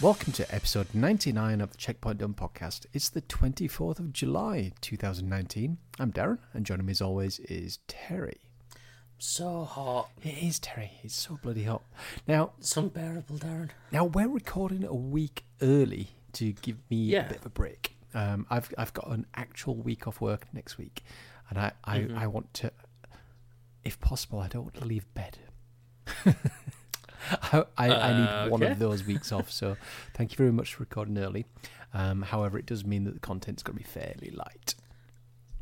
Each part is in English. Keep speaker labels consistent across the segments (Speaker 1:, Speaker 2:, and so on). Speaker 1: welcome to episode 99 of the Checkpoint Done podcast. It's the 24th of July 2019. I'm Darren, and joining me as always is Terry.
Speaker 2: So hot.
Speaker 1: It is Terry. It's so bloody hot. Now,
Speaker 2: It's unbearable, Darren.
Speaker 1: now we're recording a week early to give me a
Speaker 2: Yeah.
Speaker 1: bit of a break. Um, I've I've got an actual week off work next week, and I I,
Speaker 2: Mm-hmm.
Speaker 1: I want to, if possible, I don't want to leave bed. I, I, I need one
Speaker 2: Uh, Okay.
Speaker 1: of those weeks off. So, thank you very much for recording early. Um, however, it does mean that the content's going to be fairly light.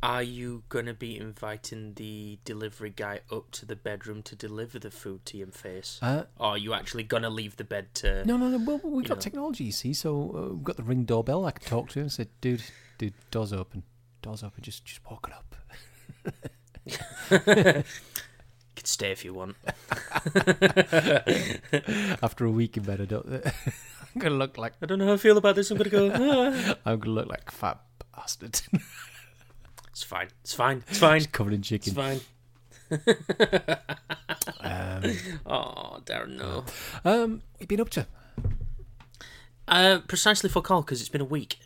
Speaker 2: Are you going to be inviting the delivery guy up to the bedroom to deliver the food to your face?
Speaker 1: Uh,
Speaker 2: or are you actually going to leave the bed to.
Speaker 1: No, no, no. Well, we've got
Speaker 2: know.
Speaker 1: technology, you see. So uh, we've got the ring doorbell. I can talk to him and say, dude, dude, doors open. Doors open. Just just walk it up.
Speaker 2: You can stay if you want.
Speaker 1: After a week in bed, I don't, I'm going to look like
Speaker 2: I don't know how I feel about this. I'm going to go. "Ah."
Speaker 1: I'm going to look like a fat bastard.
Speaker 2: It's fine. It's fine. It's fine.
Speaker 1: just covered in
Speaker 2: It's
Speaker 1: chicken.
Speaker 2: fine.
Speaker 1: Um,
Speaker 2: Oh, Darren, no.
Speaker 1: um, what you been up to?
Speaker 2: Uh, precisely for call because it's been a week,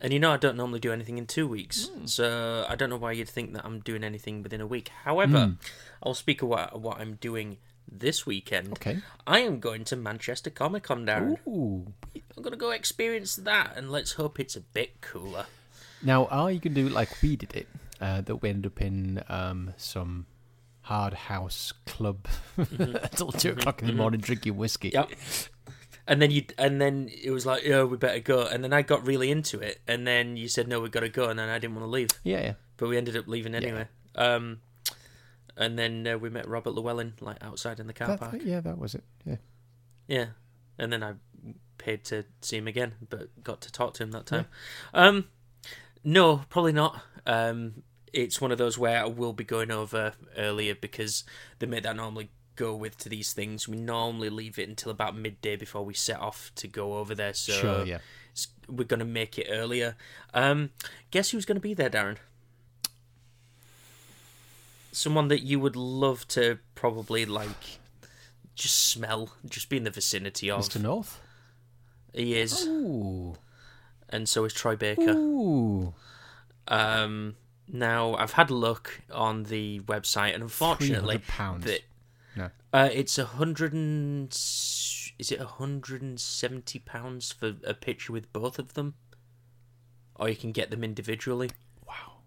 Speaker 2: and you know I don't normally do anything in two weeks,
Speaker 1: Hmm.
Speaker 2: so I don't know why you'd think that I'm doing anything within a week. However,
Speaker 1: Hmm.
Speaker 2: I'll speak of what, what I'm doing this weekend.
Speaker 1: Okay.
Speaker 2: I am going to Manchester Comic Con, Darren.
Speaker 1: Ooh.
Speaker 2: I'm gonna go experience that, and let's hope it's a bit cooler.
Speaker 1: Now, are you going to do it like we did it? Uh, that we ended up in um, some hard house club until 2 o'clock in the morning drinking whiskey.
Speaker 2: Yep. And then you, and then it was like, oh, we better go. And then I got really into it, and then you said, no, we gotta go, and then I didn't want to leave.
Speaker 1: Yeah, yeah.
Speaker 2: but we ended up leaving anyway. Um, and then uh, we met Robert Llewellyn like outside in the car
Speaker 1: That-
Speaker 2: park.
Speaker 1: yeah, that was it. Yeah.
Speaker 2: Yeah, and then I paid to see him again, but got to talk to him that time. Um, no, probably not. Um, it's one of those where I will be going over earlier because the mate that I normally go with to these things, we normally leave it until about midday before we set off to go over there. So
Speaker 1: Sure, yeah.
Speaker 2: it's- we're going to make it earlier. Um, guess who's going to be there, Darren? Someone that you would love to probably like just smell, just be in the vicinity of.
Speaker 1: Mr. North?
Speaker 2: He is,
Speaker 1: Ooh.
Speaker 2: and so is Troy Baker.
Speaker 1: Ooh,
Speaker 2: Um, now I've had a look on the website, and unfortunately,
Speaker 1: £300.
Speaker 2: the-
Speaker 1: No.
Speaker 2: uh, it's a hundred and s- is it a hundred and seventy pounds for a picture with both of them, or you can get them individually.
Speaker 1: Wow.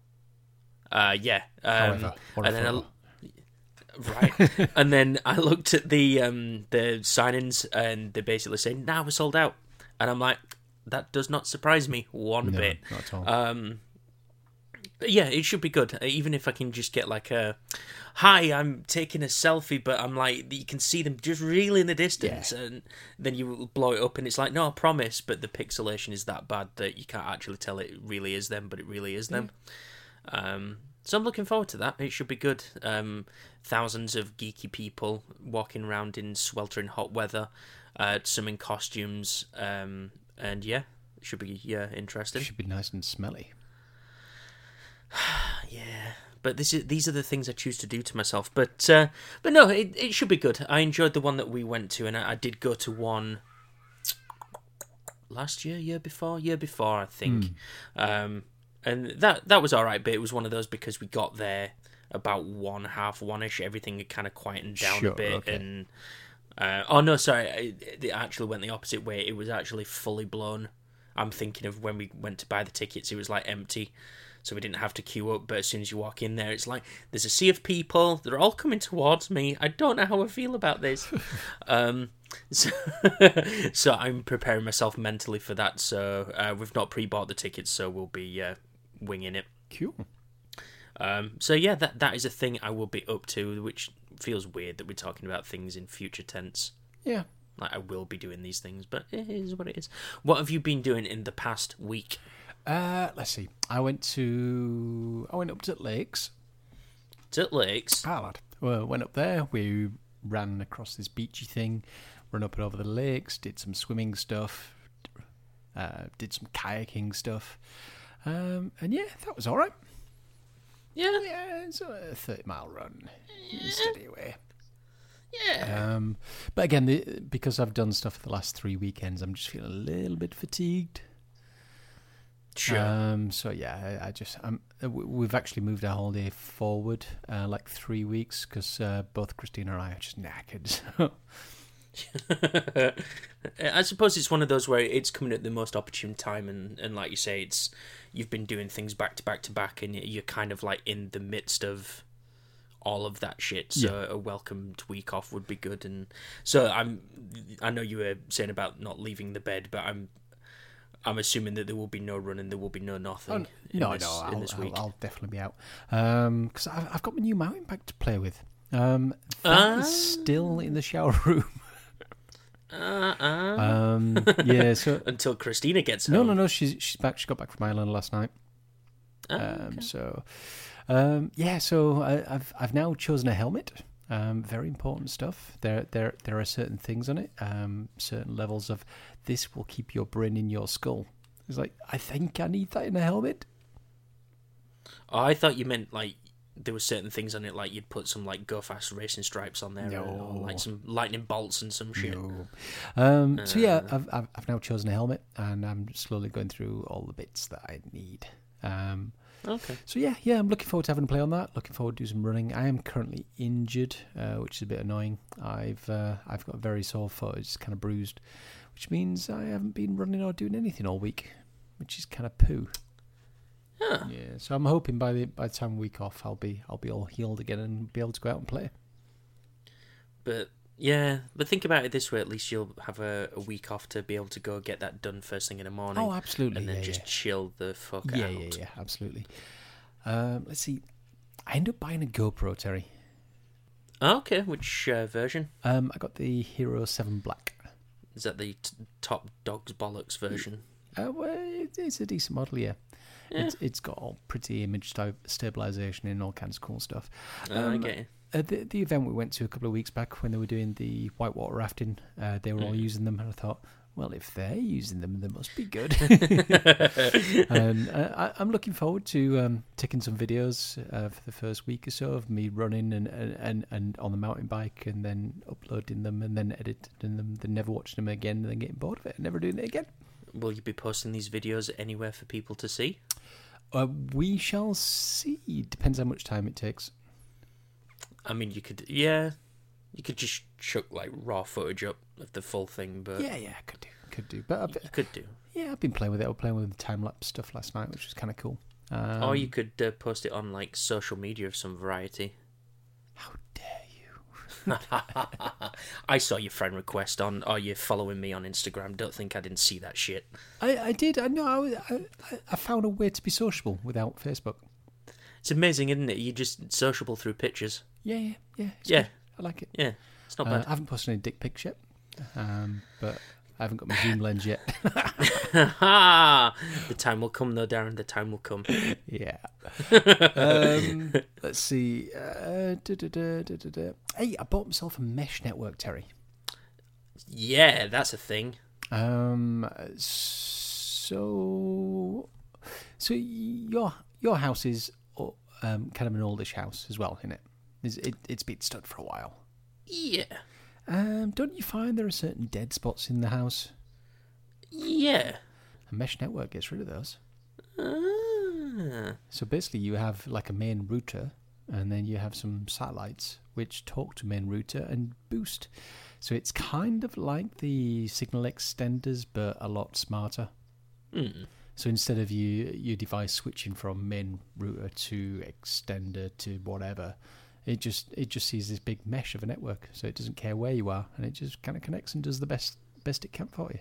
Speaker 2: Uh, yeah. Um,
Speaker 1: However, or
Speaker 2: and then I,
Speaker 1: forever.
Speaker 2: right, and then I looked at the um, the signings, and they're basically saying, "Now we're sold out," and I'm like, "That does not surprise me one
Speaker 1: No,
Speaker 2: bit."
Speaker 1: not at all.
Speaker 2: Um, but yeah, it should be good. Uh, Even if I can just get like a, "Hi, I'm taking a selfie," but I'm like, you can see them just really in the distance, and then you blow it up, and it's like, "No, I promise," but the pixelation is that bad that you can't actually tell it really is them, but it really is them. Um, so I'm looking forward to that. It should be good. Um, thousands of geeky people walking around in sweltering hot weather, uh, some in costumes, um, and yeah, it should be yeah interesting.
Speaker 1: should be nice and smelly.
Speaker 2: Yeah, but this is these are the things I choose to do to myself. But uh, but no, it it should be good. I enjoyed the one that we went to, and I, I did go to one last year, year before, year before, I think.
Speaker 1: Hmm.
Speaker 2: Um, and that that was all right, but it was one of those because we got there about one half one ish. Everything had kind of quietened down
Speaker 1: Sure,
Speaker 2: a bit,
Speaker 1: okay.
Speaker 2: and uh, oh no, sorry, it, it actually went the opposite way. It was actually fully blown. I'm thinking of when we went to buy the tickets, it was like empty, so we didn't have to queue up. But as soon as you walk in there, it's like there's a sea of people. They're all coming towards me. I don't know how I feel about this. um, so, so I'm preparing myself mentally for that. So uh, we've not pre-bought the tickets, so we'll be uh, winging it.
Speaker 1: Cool.
Speaker 2: Um, so yeah, that that is a thing I will be up to, which feels weird that we're talking about things in future tense.
Speaker 1: Yeah.
Speaker 2: Like I will be doing these things, but it is what it is. What have you been doing in the past week?
Speaker 1: Uh, let's see. I went to I went up to Lakes.
Speaker 2: Tut Lakes.
Speaker 1: Ah, lad. Well, went up there. We ran across this beachy thing, ran up and over the lakes, did some swimming stuff, uh, did some kayaking stuff, um, and yeah, that was all right.
Speaker 2: Yeah,
Speaker 1: Yeah, it's a thirty mile run, steady away.
Speaker 2: Yeah.
Speaker 1: Um, but again, the, because I've done stuff for the last three weekends, I'm just feeling a little bit fatigued.
Speaker 2: Sure.
Speaker 1: Um, so yeah, I, I just I'm, uh, w- we've actually moved our holiday forward uh, like three weeks because uh, both Christina and I are just knackered. So.
Speaker 2: I suppose it's one of those where it's coming at the most opportune time, and, and like you say, it's you've been doing things back to back to back, and you're kind of like in the midst of all of that shit. So a welcomed week off would be good. And so I'm, I know you were saying about not leaving the bed, but I'm, I'm assuming that there will be no running, there will be no nothing. in
Speaker 1: no,
Speaker 2: this,
Speaker 1: no, I'll,
Speaker 2: in this week.
Speaker 1: I'll, I'll definitely be out because I've, I've got my new mountain bike to play with. Um, that
Speaker 2: Ah.
Speaker 1: is still in the shower room.
Speaker 2: Uh, uh,
Speaker 1: Um, yeah, so
Speaker 2: until Christina gets
Speaker 1: no,
Speaker 2: home.
Speaker 1: no, no. She's she's back. She got back from Ireland last night.
Speaker 2: Ah,
Speaker 1: Um, So, um, yeah. So I, I've I've now chosen a helmet. Um, very important stuff. There there there are certain things on it. Um, certain levels of this will keep your brain in your skull. It's like I think I need that in a helmet.
Speaker 2: Oh, I thought you meant like there were certain things on it, like you'd put some like go fast racing stripes on there, and- or
Speaker 1: No.
Speaker 2: like some lightning bolts and some shit.
Speaker 1: Um, so yeah, I've, I've I've now chosen a helmet, and I'm slowly going through all the bits that I need. Um,
Speaker 2: Okay.
Speaker 1: So yeah, yeah, I'm looking forward to having a play on that. Looking forward to do some running. I am currently injured, uh, which is a bit annoying. I've uh, I've got a very sore foot. It's kind of bruised, which means I haven't been running or doing anything all week, which is kind of poo.
Speaker 2: Huh.
Speaker 1: Yeah. So I'm hoping by the by the time week off, I'll be I'll be all healed again and be able to go out and play.
Speaker 2: But yeah, but think about it this way: at least you'll have a, a week off to be able to go get that done first thing in the morning,
Speaker 1: Oh, absolutely.
Speaker 2: and then
Speaker 1: yeah,
Speaker 2: just chill the fuck
Speaker 1: yeah. yeah,
Speaker 2: out.
Speaker 1: yeah, yeah, absolutely. Um, let's see. I ended up buying a GoPro, Terry.
Speaker 2: Okay, which uh, version
Speaker 1: Um, I got the Hero Seven Black.
Speaker 2: is that? The t- top dogs bollocks version.
Speaker 1: Uh, well, it, it's a decent model, yeah. It's, it's got all pretty image sta- stabilization and all kinds of cool stuff.
Speaker 2: Uh,
Speaker 1: Um,
Speaker 2: okay.
Speaker 1: uh, the, the event we went to a couple of weeks back when they were doing the whitewater rafting, uh, they were all using them, and I thought, well, if they're using them, they must be good. and uh, I, I'm looking forward to um, taking some videos uh, for the first week or so of me running and, and, and, and on the mountain bike, and then uploading them, and then editing them, then never watching them again, and then getting bored of it, and never doing it again.
Speaker 2: Will you be posting these videos anywhere for people to see?
Speaker 1: Uh, we shall see. Depends how much time it takes.
Speaker 2: I mean, you could, yeah, you could just chuck like raw footage up of the full thing, but
Speaker 1: Yeah, yeah, could do, Uh, could do. But I've,
Speaker 2: you could do.
Speaker 1: yeah, I've been playing with it. I was playing with time lapse stuff last night, which was kind of cool. Um,
Speaker 2: or you could uh, post it on like social media of some variety.
Speaker 1: How dare you?
Speaker 2: I saw your friend request on, are you following me on Instagram? Don't think I didn't see that shit.
Speaker 1: I, I did. I know. I, was- I, I- I found a way to be sociable without Facebook.
Speaker 2: It's amazing, isn't it? You're just sociable through pictures.
Speaker 1: Yeah, yeah, yeah. it's
Speaker 2: Yeah.
Speaker 1: good. I like it.
Speaker 2: Yeah, it's not
Speaker 1: Uh,
Speaker 2: bad.
Speaker 1: I haven't posted any dick pics yet, um, but I haven't got my zoom lens yet.
Speaker 2: Ha! the time will come, though, Darren. The time will come.
Speaker 1: Yeah. um, let's see. Uh, duh, duh, duh, duh, duh, duh. Hey, I bought myself a mesh network, Terry.
Speaker 2: Yeah, that's a thing.
Speaker 1: Um. So, so your your house is o- um, kind of an oldish house as well, isn't it? It's, it, it's been stood for a while.
Speaker 2: Yeah,
Speaker 1: Um, don't you find there are certain dead spots in the house?
Speaker 2: yeah.
Speaker 1: A mesh network gets rid of those.
Speaker 2: Ah.
Speaker 1: So basically, you have like a main router, and then you have some satellites which talk to main router and boost. So it's kind of like the signal extenders, but a lot smarter.
Speaker 2: Mm.
Speaker 1: So instead of you your device switching from main router to extender to whatever, it just it just sees this big mesh of a network, so it doesn't care where you are, and it just kind of connects and does the best best it can for you.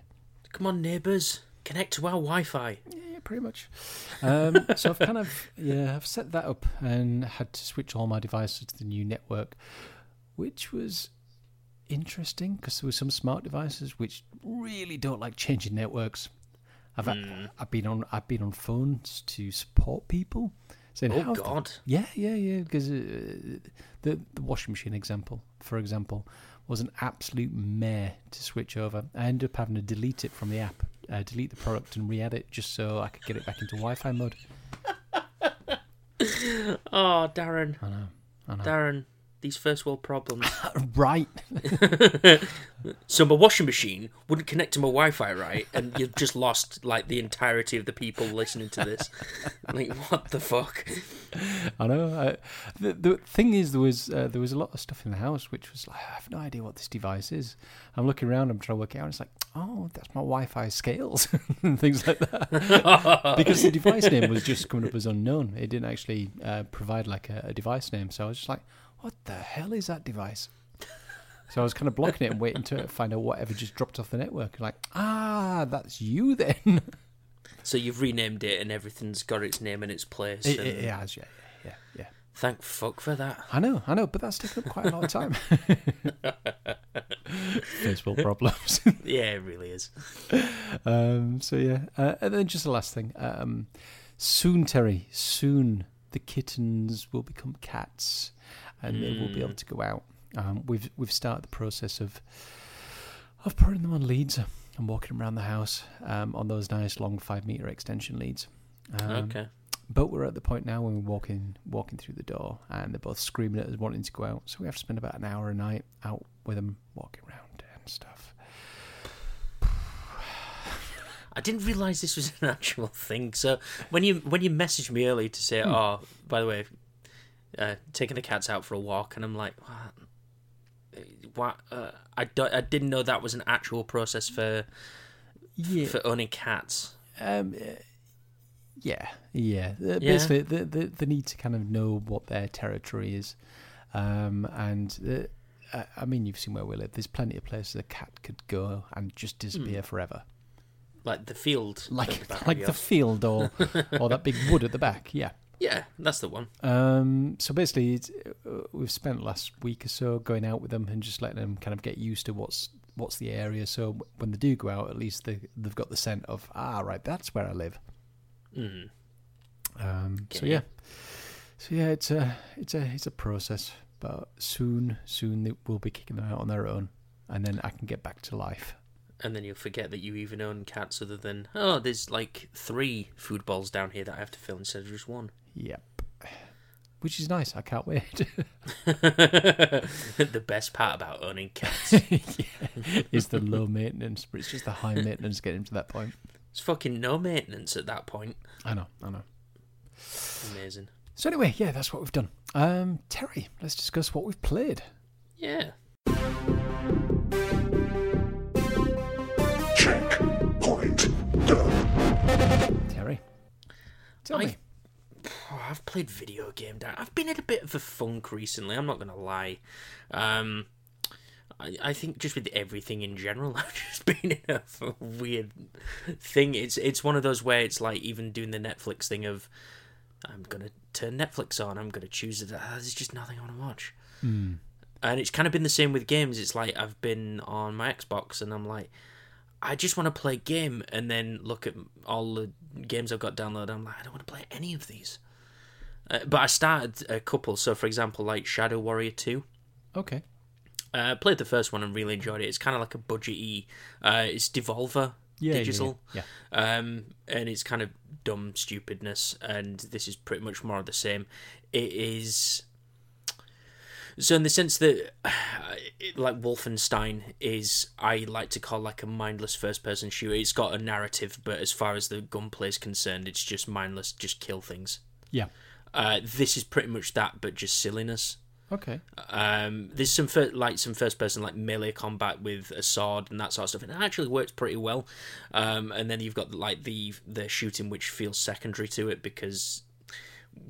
Speaker 2: Come on, neighbours, connect to our Wi-Fi.
Speaker 1: Yeah, pretty much. Um, so I've kind of yeah I've set that up and had to switch all my devices to the new network, which was interesting because there were some smart devices which really don't like changing networks. I've I've been on I've been on phones to support people saying
Speaker 2: Oh
Speaker 1: "How the
Speaker 2: God.
Speaker 1: yeah, yeah, yeah. Because uh, the the washing machine example, for example, was an absolute mare to switch over. I ended up having to delete it from the app, uh, delete the product, and re-add it just so I could get it back into Wi-Fi mode.
Speaker 2: Oh, Darren.
Speaker 1: I know. I know.
Speaker 2: Darren, These first world problems.
Speaker 1: right.
Speaker 2: so my washing machine wouldn't connect to my Wi-Fi right, and you've just lost like the entirety of the people listening to this. like, what the fuck?
Speaker 1: I know. I, the, the thing is, there was uh, there was a lot of stuff in the house which was like, I have no idea what this device is. I'm looking around, I'm trying to work it out. And it's like, oh, that's my Wi-Fi scales and things like that, because the device name was just coming up as unknown. It didn't actually uh, provide like a, a device name, so I was just like, what the hell is that device? So I was kind of blocking it and waiting to find out whatever just dropped off the network. Like, ah, that's you then.
Speaker 2: So you've renamed it, and everything's got its name and its place.
Speaker 1: It,
Speaker 2: and
Speaker 1: it, it has, yeah, yeah, yeah.
Speaker 2: Thank fuck for that.
Speaker 1: I know, I know, but that's taken up quite a lot of time. First world problems.
Speaker 2: Yeah, it really is.
Speaker 1: um, so yeah, uh, and then just the last thing. Um, soon, Terry, soon the kittens will become cats, and they will be able to go out. Um, we've we've started the process of of putting them on leads and walking them around the house um, on those nice long five meter extension leads. Um,
Speaker 2: Okay.
Speaker 1: But we're at the point now when we're walking walking through the door and they're both screaming at us wanting to go out. So we have to spend about an hour a night out with them walking around and stuff.
Speaker 2: I didn't realize this was an actual thing. So when you when you messaged me earlier to
Speaker 1: Hmm.
Speaker 2: say, "Oh, by the way, uh, taking the cats out for a walk," and I'm like, "What? Uh, What? Uh, I don't, I didn't know that was an actual process for
Speaker 1: Yeah.
Speaker 2: for owning cats."
Speaker 1: Um, uh, yeah, yeah. Uh,
Speaker 2: Yeah.
Speaker 1: Basically, the, the the need to kind of know what their territory is, um, and uh, I- I mean, you've seen where we live. There's plenty of places a cat could go and just disappear forever,
Speaker 2: Like the field, at
Speaker 1: like
Speaker 2: the back of
Speaker 1: like
Speaker 2: your
Speaker 1: the
Speaker 2: house.
Speaker 1: field or or that big wood at the back. Yeah.
Speaker 2: yeah, that's the one.
Speaker 1: Um, so basically, it's, uh, we've spent last week or so going out with them and just letting them kind of get used to what's what's the area. So w- when they do go out, at least they they've got the scent of ah right, that's where I live.
Speaker 2: Mm.
Speaker 1: Um, So
Speaker 2: Okay.
Speaker 1: yeah, so yeah, it's a it's a it's a process, but soon soon they will be kicking them out on their own, and then I can get back to life.
Speaker 2: And then you'll forget that you even own cats, other than oh, there's like three food balls down here that I have to fill instead of just one.
Speaker 1: Yep, which is nice. I can't wait.
Speaker 2: the best part about owning cats.
Speaker 1: it's the low maintenance, but it's just the high maintenance getting to that point.
Speaker 2: It's fucking no maintenance at that point.
Speaker 1: I know, I know.
Speaker 2: Amazing.
Speaker 1: So anyway, yeah, that's what we've done. Um, Terry, let's discuss what we've played.
Speaker 2: Yeah.
Speaker 3: Checkpoint done.
Speaker 1: Terry, tell
Speaker 2: I-
Speaker 1: me.
Speaker 2: Oh, I've played video game down. I've been in a bit of a funk recently. I'm not gonna lie. Um, I, I think just with everything in general, I've just been in a f- weird thing. It's it's one of those where it's like even doing the Netflix thing of I'm gonna turn Netflix on. I'm gonna choose it. Ah, there's just nothing I want to watch. And it's kind of been the same with games. It's like I've been on my Xbox and I'm like. I just want to play a game and then look at all the games I've got downloaded. I'm like, I don't want to play any of these. Uh, but I started a couple. So, for example, like Shadow Warrior 2.
Speaker 1: Okay.
Speaker 2: Uh, I played the first one and really enjoyed it. It's kind of like a budgety. Uh, it's Devolver
Speaker 1: Yeah, yeah, yeah,
Speaker 2: Digital.
Speaker 1: yeah.
Speaker 2: Um, and it's kind of dumb stupidness. And this is pretty much more of the same. It is. So in the sense that, it- like Wolfenstein is, I like to call like a mindless first-person shooter. It's got a narrative, but as far as the gunplay is concerned, it's just mindless, just kill things.
Speaker 1: Yeah.
Speaker 2: Uh, this is pretty much that, but just silliness.
Speaker 1: Okay.
Speaker 2: Um, there's some fir- like some first person like melee combat with a sword and that sort of stuff, and it actually works pretty well. Um, and then you've got like the the shooting, which feels secondary to it because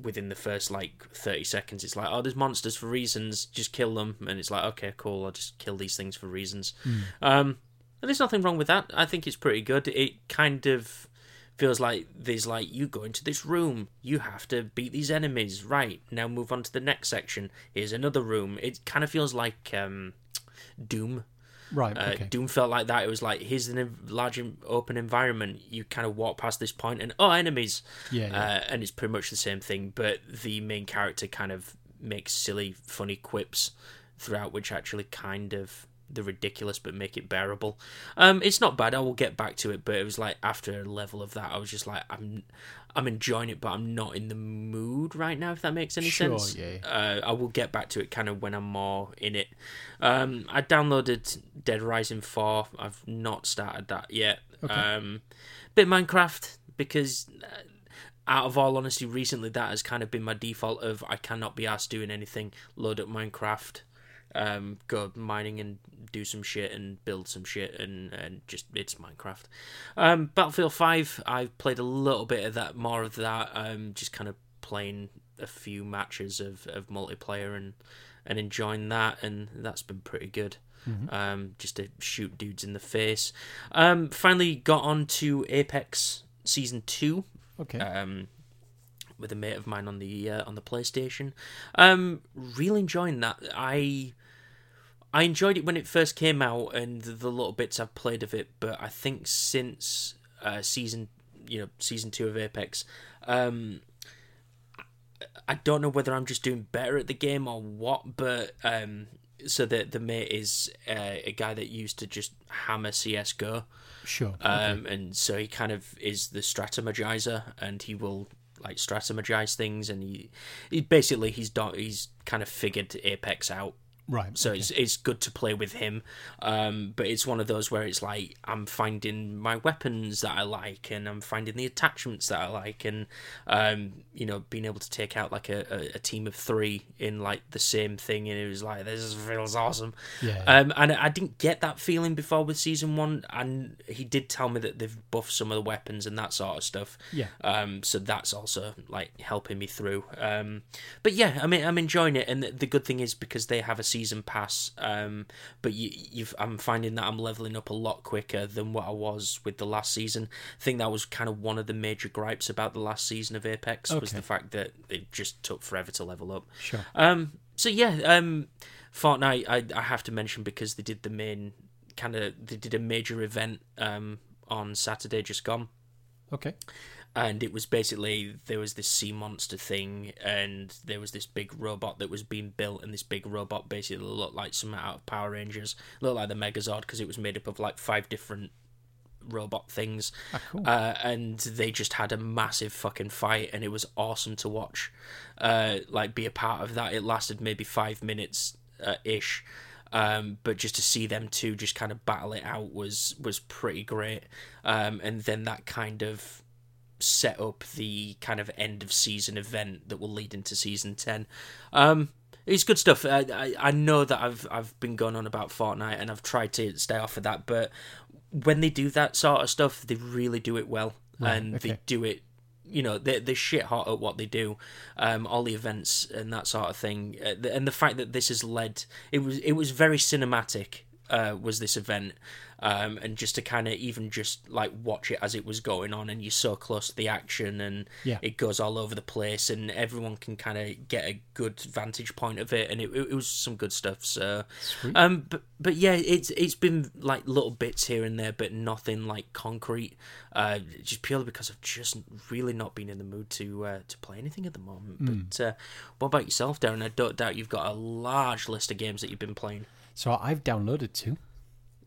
Speaker 2: within the first like 30 seconds it's like oh there's monsters for reasons just kill them and it's like okay cool i'll just kill these things for reasons um and there's nothing wrong with that i think it's pretty good it kind of feels like there's like you go into this room you have to beat these enemies right now move on to the next section here's another room it kind of feels like um doom
Speaker 1: Right.
Speaker 2: uh,
Speaker 1: okay.
Speaker 2: Doom felt like that. It was like here's an en- large en- open environment. You kind of walk past this point, and oh, enemies.
Speaker 1: Yeah, yeah.
Speaker 2: Uh, and it's pretty much the same thing, but the main character kind of makes silly, funny quips throughout, which actually kind of the ridiculous but make it bearable. Um, it's not bad. I will get back to it, but it was like after a level of that, I was just like, I'm, I'm enjoying it, but I'm not in the mood right now. If that makes any
Speaker 1: Sure,
Speaker 2: sense.
Speaker 1: yeah.
Speaker 2: Uh, I will get back to it kind of when I'm more in it. Um, I downloaded Dead Rising Four. I've not started that yet. Um, bit Minecraft because. Uh, out of all honesty, recently that has kind of been my default of I cannot be asked doing anything. Load up Minecraft, um, go mining and do some shit and build some shit and, and just it's Minecraft. Um, Battlefield Five, I've played a little bit of that, more of that. Um, just kind of playing a few matches of, of multiplayer and and enjoying that, and that's been pretty good. Um, just to shoot dudes in the face. Um, finally got on to Apex season two
Speaker 1: Okay.
Speaker 2: um, with a mate of mine on the uh, on the PlayStation. Um, really enjoying that. I I enjoyed it when it first came out and the, the little bits I've played of it, but I think since uh, season you know season two of Apex, um, I don't know whether I'm just doing better at the game or what, but um, so the the mate is uh, a guy that used to just hammer CS:GO.
Speaker 1: sure.
Speaker 2: Um, And so he kind of is the stratomagizer, and he will like stratomagize things, and he, he basically he's do- he's kind of figured Apex out.
Speaker 1: right.
Speaker 2: So it's it's good to play with him, um, but it's one of those where it's like I'm finding my weapons that I like, and I'm finding the attachments that I like, and um, you know being able to take out like a, a, a team of three in like the same thing, and it was like this feels awesome.
Speaker 1: Yeah.
Speaker 2: Um, and I didn't get that feeling before with season one, and he did tell me that they've buffed some of the weapons and that sort of stuff.
Speaker 1: Yeah.
Speaker 2: Um, so that's also like helping me through. Um, but yeah, I mean, I'm enjoying it, and the, the good thing is because they have a season pass. Um, but you, you've, I'm finding that I'm leveling up a lot quicker than what I was with the last season. I think that was kind of one of the major gripes about the last season of Apex was
Speaker 1: Okay.
Speaker 2: the fact that it just took forever to level up.
Speaker 1: Sure.
Speaker 2: Um, so yeah, um, Fortnite I, I have to mention because they did the main kind of they did a major event um, on Saturday just gone
Speaker 1: Okay.
Speaker 2: and it was basically there was this sea monster thing and there was this big robot that was being built and this big robot basically looked like some out of power rangers looked like the megazord because it was made up of like five different robot things uh, and they just had a massive fucking fight and it was awesome to watch uh, like be a part of that it lasted maybe five minutes uh, ish um, but just to see them two just kind of battle it out was was pretty great um, and then that kind of set up the kind of end of season event that will lead into season 10 um it's good stuff I, I i know that i've i've been going on about fortnite and i've tried to stay off of that but when they do that sort of stuff they really do it well and they
Speaker 1: okay.
Speaker 2: do it you know they're, they're shit hot at what they do um all the events and that sort of thing Uh, the- and the fact that this has led it was it was very cinematic uh, was this event um, and just to kind of even just like watch it as it was going on and you're so close to the action and
Speaker 1: Yeah.
Speaker 2: it goes all over the place and everyone can kind of get a good vantage point of it and it, it was some good stuff so um but, but yeah it's it's been like little bits here and there but nothing like concrete uh just purely because I've just really not been in the mood to uh, to play anything at the moment
Speaker 1: Hmm.
Speaker 2: but uh, what about yourself Darren I don't doubt you've got a large list of games that you've been playing
Speaker 1: So I've downloaded two.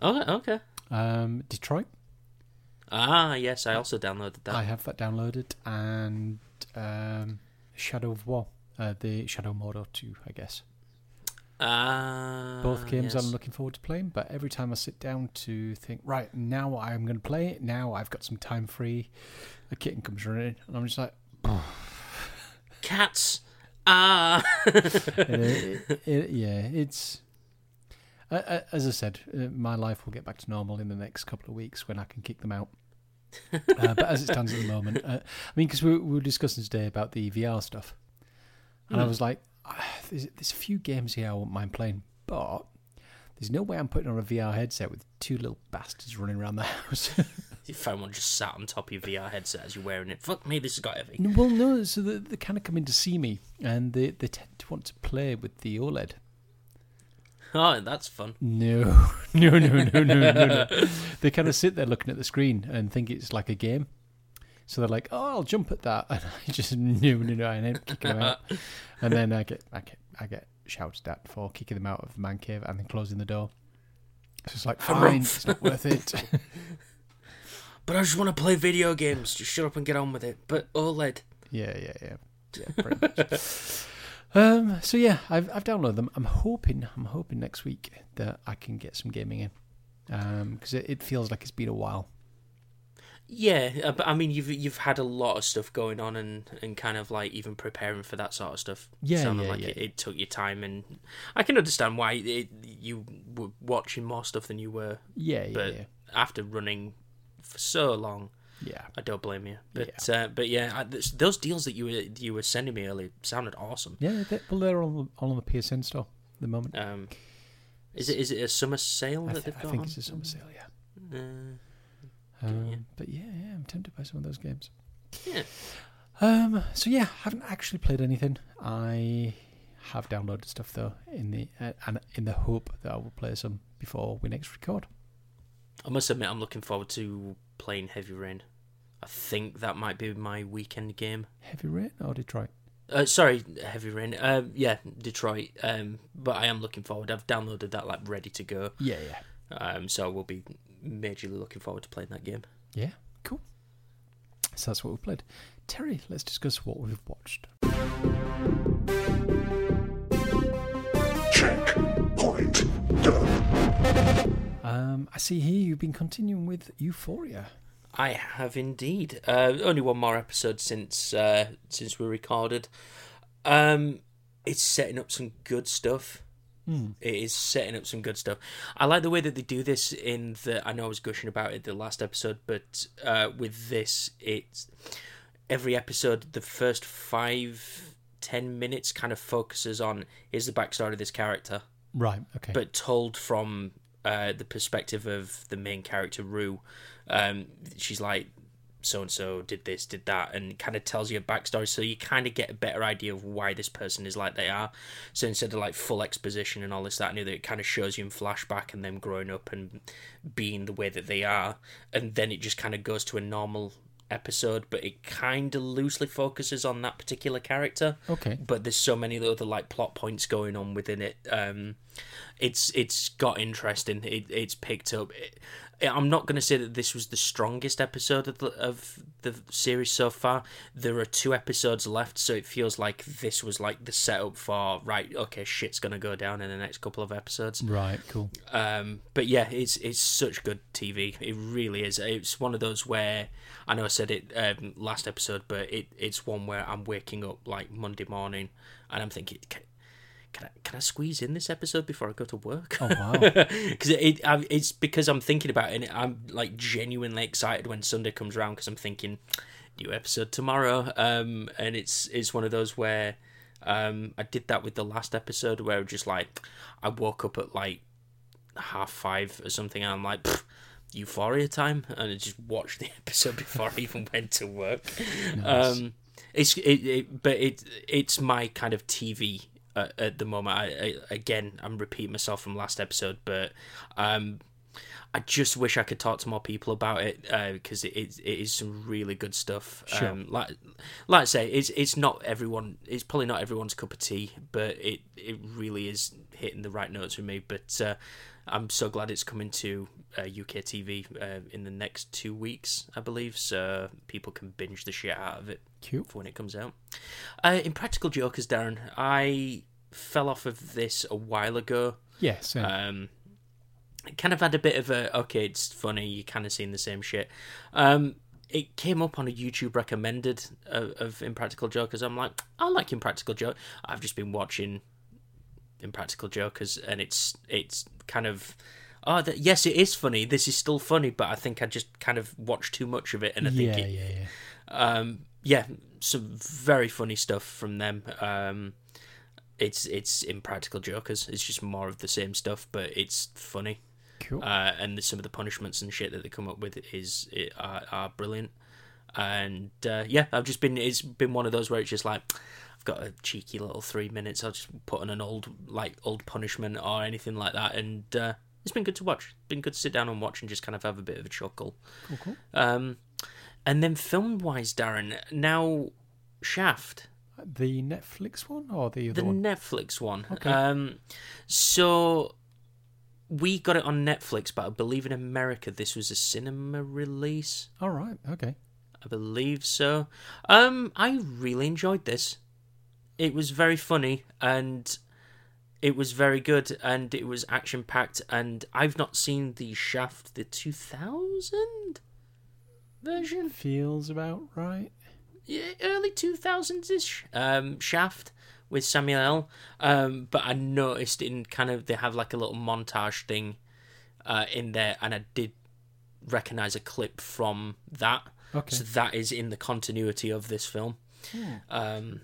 Speaker 2: okay okay
Speaker 1: Um, Detroit.
Speaker 2: Ah, yes, I also downloaded that.
Speaker 1: I have that downloaded, and um, Shadow of War, uh, the Shadow of Mordor 2, I guess.
Speaker 2: Ah,
Speaker 1: Both games
Speaker 2: yes.
Speaker 1: I'm looking forward to playing, but every time I sit down to think, right, now I'm going to play it, now I've got some time free, a kitten comes running, and I'm just like,
Speaker 2: Cats. Ah,
Speaker 1: it- it- it- yeah, it's. Uh, uh, as I said, uh, my life will get back to normal in the next couple of weeks when I can kick them out. uh, but as it stands at the moment, uh, I mean, because we, were- we were discussing today about the VR stuff, and I was like, "Ah, there's, "There's a few games here I won't mind playing, but there's no way I'm putting on a VR headset with two little bastards running around the house."
Speaker 2: your phone one just sat on top of your VR headset as you're wearing it. Fuck me, this has got heavy.
Speaker 1: No, well, no. So they, they kind of come in to see me, and they they tend to want to play with the E OLED.
Speaker 2: Oh, that's fun.
Speaker 1: No, no, no, no, no, no, no. They kind of sit there looking at the screen and think it's like a game. So they're like, "Oh, I'll jump at that," and I just no, no, no, and then kicking them out. And then I get, I get, I get shouted at for kicking them out of the man cave and then closing the door. It's just like, fine, it's not worth it.
Speaker 2: But I just want to play video games. Just shut up and get on with it. But E OLED.
Speaker 1: yeah, yeah, yeah. Yeah, pretty much. um, so yeah, I've, I've downloaded them. I'm hoping, I'm hoping next week that I can get some gaming in. Because it, it feels like it's been a while.
Speaker 2: Yeah, uh, but I mean, you've you've had a lot of stuff going on and, and kind of like even preparing for that sort of stuff.
Speaker 1: Yeah,
Speaker 2: sounded
Speaker 1: yeah,
Speaker 2: like
Speaker 1: yeah.
Speaker 2: It, it took your time, and I can understand why it, you were watching more stuff than you were.
Speaker 1: Yeah, yeah,
Speaker 2: But
Speaker 1: yeah.
Speaker 2: after running for so long,
Speaker 1: Yeah.
Speaker 2: I don't blame you. But uh, but yeah, I, th- those deals that you were you were sending me earlier sounded awesome.
Speaker 1: Yeah, they, well, they're all, all on the PSN store at the moment.
Speaker 2: Um, is it is it a summer sale
Speaker 1: I,
Speaker 2: that
Speaker 1: thi-
Speaker 2: they've
Speaker 1: I
Speaker 2: got?
Speaker 1: think
Speaker 2: on?
Speaker 1: it's a summer sale, yeah.
Speaker 2: Uh,
Speaker 1: Um,
Speaker 2: yeah.
Speaker 1: But yeah, yeah, I'm tempted by some of those games.
Speaker 2: yeah.
Speaker 1: Um, so yeah, haven't actually played anything. I have downloaded stuff though, in the uh, and in the hope that I will play some before we next record.
Speaker 2: I must admit, I'm looking forward to playing Heavy Rain. I think that might be my weekend game.
Speaker 1: Heavy Rain or Detroit?
Speaker 2: Uh, sorry, Heavy Rain. Uh, yeah, Detroit. Um, but I am looking forward. I've downloaded that like ready to go.
Speaker 1: Yeah, yeah,
Speaker 2: Um, so we'll be majorly looking forward to playing that game.
Speaker 1: yeah. Cool. So that's what we played. Terry, let's discuss what we've watched.
Speaker 3: Check. Point. Done.
Speaker 1: Um, I see here you've been continuing with Euphoria.
Speaker 2: I have indeed. Uh, only one more episode since uh, since we recorded. Um, it's setting up some good stuff. It is setting up some good stuff. I like the way that they do this. In the I know I was gushing about it the last episode, but uh, with this, it's every episode. The first five ten minutes kind of focuses on is the backstory of this character
Speaker 1: Right. Okay.
Speaker 2: but told from uh, the perspective of the main character Rue. Um, she's like so and so did this, did that, and kind of tells you a backstory, so you kind of get a better idea of why this person is like they are. So instead of like full exposition and all this that and the other, it kind of shows you in flashback and them growing up and being the way that they are, and then it just kind of goes to a normal episode, but it kind of loosely focuses on that particular character
Speaker 1: okay.
Speaker 2: but there's so many other like plot points going on within it. Um, it's it's got interesting. It, it's picked up. It, I'm not going to say that this was the strongest episode of the, of the series so far. There are two episodes left, so it feels like this was like the setup for right. Okay, shit's going to go down in the next couple of episodes.
Speaker 1: Right. Cool.
Speaker 2: Um, but yeah, it's it's such good TV. It really is. It's one of those where I know I said it um, last episode, but it it's one where I'm waking up like Monday morning and I'm thinking, can, can I can I squeeze in this episode before I go to work?
Speaker 1: Oh wow.
Speaker 2: Because it, it I, it's because I'm thinking about it. and I'm like genuinely excited when Sunday comes around because I'm thinking new episode tomorrow. Um, and it's it's one of those where um I did that with the last episode where I was just like I woke up at like half five or something, and I'm like, "Pfft, euphoria time, and I just watched the episode before I even went to work. Um, it's it, it, but it it's my kind of TV uh, at the moment. I, I again, I'm repeating myself from last episode, but um, I just wish I could talk to more people about it because it, it it is some really good stuff.
Speaker 1: Sure.
Speaker 2: Um, like like I say, it's it's not everyone. It's probably not everyone's cup of tea, but it it really is hitting the right notes for me. But uh, I'm so glad it's coming to uh, UK TV uh, in the next two weeks, I believe, so people can binge the shit out of it
Speaker 1: Cute.
Speaker 2: for when it comes out. Uh, in Practical Jokers, Darren, I fell off of this a while ago
Speaker 1: Yeah. Same.
Speaker 2: um it kind of had a bit of a okay it's funny you kind of seen the same shit um it came up on a youtube recommended of, of impractical jokers i'm like i like impractical joke i've just been watching impractical jokers and it's it's kind of oh that, yes it is funny this is still funny but i think i just kind of watched too much of it and i think
Speaker 1: yeah,
Speaker 2: it,
Speaker 1: yeah. Yeah.
Speaker 2: um, yeah, some very funny stuff from them. Um, it's it's impractical jokers. It's just more of the same stuff, but it's funny.
Speaker 1: Cool.
Speaker 2: Uh, and the, some of the punishments and shit that they come up with is it, are, are brilliant. And uh, yeah, I've just been it's been one of those where it's just like I've got a cheeky little three minutes. I'll just put on an old like old punishment or anything like that, and uh, it's been good to watch. It's been good to sit down and watch and just kind of have a bit of a chuckle.
Speaker 1: cool. Cool.
Speaker 2: Um, and then film wise, Darren, now Shaft,
Speaker 1: The Netflix one or the other
Speaker 2: the
Speaker 1: one?
Speaker 2: Netflix one.
Speaker 1: Okay.
Speaker 2: Um, so we got it on Netflix, but I believe in America this was a cinema release.
Speaker 1: All right. Okay.
Speaker 2: I believe so. Um, I really enjoyed this. It was very funny and it was very good and it was action packed. And I've not seen the Shaft, the 2000 version,
Speaker 1: Feels about right.
Speaker 2: Yeah, early 2000s ish um, Shaft with Samuel L. Um, but I noticed in kind of they have like a little montage thing uh, in there, and I did recognize a clip from that.
Speaker 1: Okay.
Speaker 2: So that is in the continuity of this film. Um,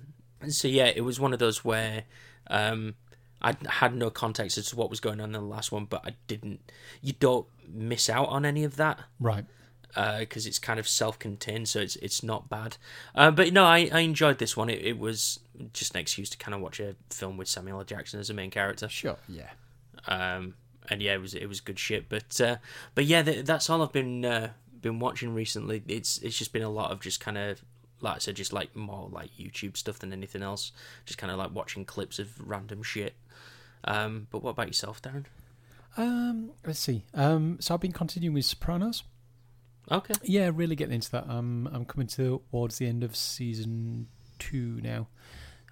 Speaker 2: so yeah, it was one of those where um, I had no context as to what was going on in the last one, but I didn't. You don't miss out on any of that
Speaker 1: Right.
Speaker 2: because uh, it's kind of self-contained, so it's it's not bad. Uh, but no, I, I enjoyed this one. It, it was just an excuse to kind of watch a film with Samuel L. Jackson as a main character.
Speaker 1: Sure. Yeah.
Speaker 2: Um, and yeah, it was it was good shit. But uh, but yeah, th- that's all I've been uh, been watching recently. It's it's just been a lot of just kind of like I said, just like more like YouTube stuff than anything else. Just kind of like watching clips of random shit. Um, but what about yourself, Darren?
Speaker 1: Um, let's see. Um, so I've been continuing with Sopranos.
Speaker 2: Okay.
Speaker 1: Yeah, really getting into that. Um, I'm coming towards the end of season two now.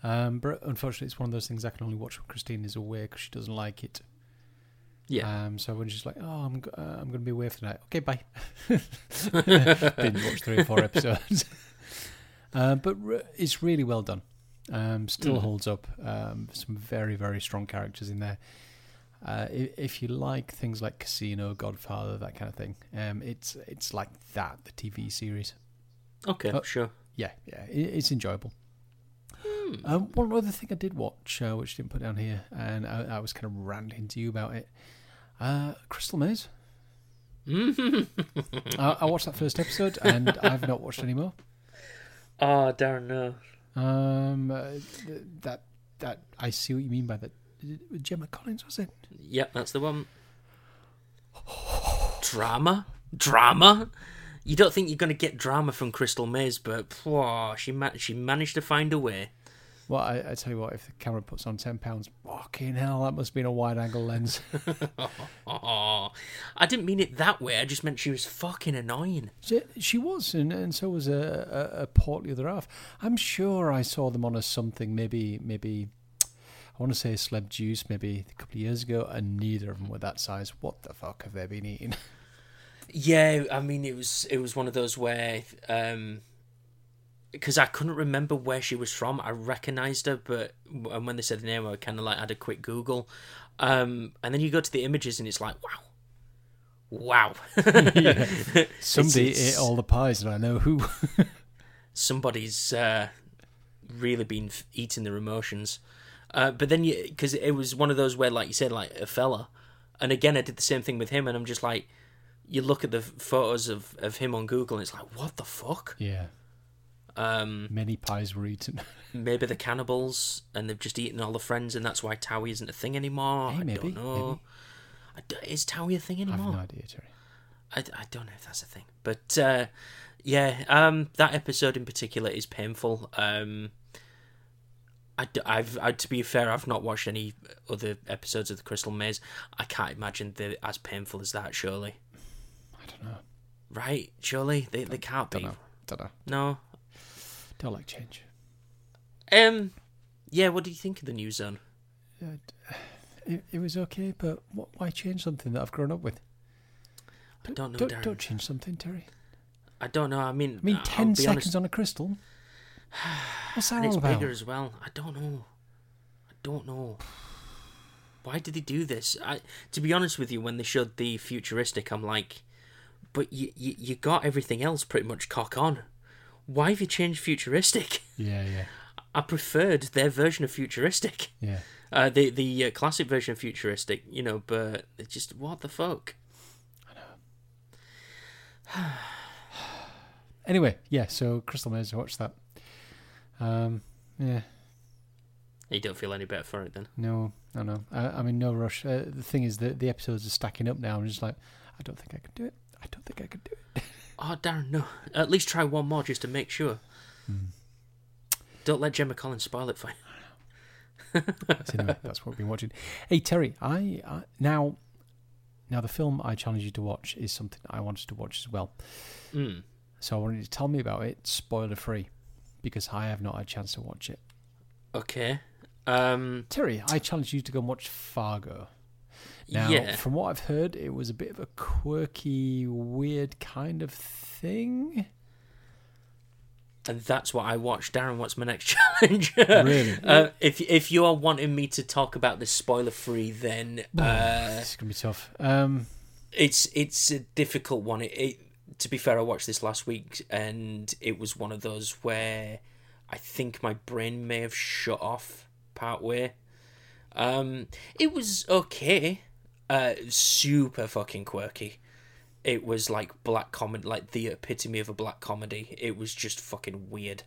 Speaker 1: Um, but unfortunately, it's one of those things I can only watch when Christine is away because she doesn't like it.
Speaker 2: Yeah.
Speaker 1: Um, so when she's like, "Oh, I'm g- uh, I'm going to be away for the night," okay, bye. Didn't watch three or four episodes, uh, but re- it's really well done. Um, still
Speaker 2: Mhm.
Speaker 1: holds up. Um, some very very strong characters in there. Uh, if, if you like things like Casino, Godfather, that kind of thing, um, it's it's like that the TV series.
Speaker 2: Okay.
Speaker 1: Uh,
Speaker 2: sure. Hmm.
Speaker 1: Yeah, yeah, i it's enjoyable. Um, one other thing I did watch, uh, which I didn't put down here, and I, I was kind of ranting to you about it. Uh, Crystal Maze. I, I watched that first episode, and I've not watched any more.
Speaker 2: Oh, Darren, no.
Speaker 1: Um, uh, th- that that I see what you mean by that. Gemma Collins was it?
Speaker 2: Yep, that's the one. drama? Drama? You don't think you're going to get drama from Crystal Maze, but pwah, she ma- she managed to find a way.
Speaker 1: Well, I, I tell you what, if the camera puts on ten pounds, fucking hell, that must have been a wide-angle lens.
Speaker 2: Oh, I didn't mean it that way. I just meant she was fucking annoying.
Speaker 1: She, she was, and, and so was a, a, a portly other half. I'm sure I saw them on a something, maybe, maybe, I want to say Sleb Juice, maybe a couple of years ago, and neither of them were that size. What the fuck have they been eating?
Speaker 2: Yeah, I mean it was it was one of those where um because I couldn't remember where she was from. I recognized her, but and when they said the name, I kind of like had a quick Google, um, and then you go to the images and it's like wow, wow.
Speaker 1: Somebody ate
Speaker 2: it's-
Speaker 1: all the pies, and I know who.
Speaker 2: somebody's uh, really been f- eating their emotions. Uh, but then, because it was one of those where, like you said, like a fella, and again, I did the same thing with him, and I'm just like, you look at the f- photos of, of him on Google, and it's like, what the fuck?
Speaker 1: yeah,
Speaker 2: Um,
Speaker 1: many pies were eaten.
Speaker 2: maybe they're cannibals, and they've just eaten all the friends, and that's why Towie isn't a thing anymore.
Speaker 1: Hey,
Speaker 2: I
Speaker 1: maybe,
Speaker 2: don't know. I d- is Towie a thing
Speaker 1: I have
Speaker 2: anymore?
Speaker 1: no idea, Terry.
Speaker 2: I, I don't know if that's a thing, but uh, yeah, um, that episode in particular is painful. Um, I, have I, to be fair, I've not watched any other episodes of the Crystal Maze. I can't imagine they're as painful as that. Surely,
Speaker 1: I don't know.
Speaker 2: right? Surely they, they can't
Speaker 1: Don't
Speaker 2: be.
Speaker 1: know. Don't know.
Speaker 2: No.
Speaker 1: Don't like change.
Speaker 2: Um. Yeah. What do you think of the new zone?
Speaker 1: Uh, It, it was okay, but wh why change something that I've grown up with?
Speaker 2: I don't know,
Speaker 1: Don't,
Speaker 2: Darren.
Speaker 1: don't change something, Terry.
Speaker 2: I don't know. I mean,
Speaker 1: I mean,
Speaker 2: I'll
Speaker 1: ten
Speaker 2: be
Speaker 1: seconds
Speaker 2: honest,
Speaker 1: on a crystal. What's that
Speaker 2: and
Speaker 1: all
Speaker 2: it's
Speaker 1: about?
Speaker 2: bigger as well. I don't know. I don't know. Why did they do this? I, to be honest with you, when they showed the futuristic, I'm like, but you, you you got everything else pretty much cock on. Why have you changed futuristic?
Speaker 1: Yeah, yeah,
Speaker 2: I preferred their version of futuristic,
Speaker 1: yeah.
Speaker 2: uh, the the uh, classic version of futuristic, you know. But it's just what the fuck.
Speaker 1: Anyway, yeah. So Crystal Maze, I watched that. Um, yeah,
Speaker 2: You don't feel any better for it then.
Speaker 1: no, no, no. I, I'm in no rush. Uh, the thing is that the episodes are stacking up now. I'm just like, I don't think I can do it. I don't think I can do it.
Speaker 2: Oh Darren, no. At least try one more just to make sure. Don't let Gemma Collins spoil it for you.
Speaker 1: So anyway, that's what we've been watching. Hey Terry, I, I now Now, the film I challenge you to watch is something I wanted to watch as well.
Speaker 2: Mm.
Speaker 1: So I wanted you to tell me about it, spoiler free, because I have not had a chance to watch it.
Speaker 2: Okay. Um,
Speaker 1: Terry, I challenge you to go and watch Fargo. Now,
Speaker 2: yeah.
Speaker 1: from what I've heard, it was a bit of a quirky, weird kind of thing.
Speaker 2: And that's what I watched. Darren, what's my next challenge?
Speaker 1: Really?
Speaker 2: Uh, if if you are wanting me to talk about this spoiler free, then uh,
Speaker 1: It's gonna be tough. Um,
Speaker 2: it's it's a difficult one. It, it to be fair, I watched this last week, and it was one of those where I think my brain may have shut off part way. Um, it was okay. Uh, super fucking quirky. It was like black comedy, like the epitome of a black comedy. It was just fucking weird.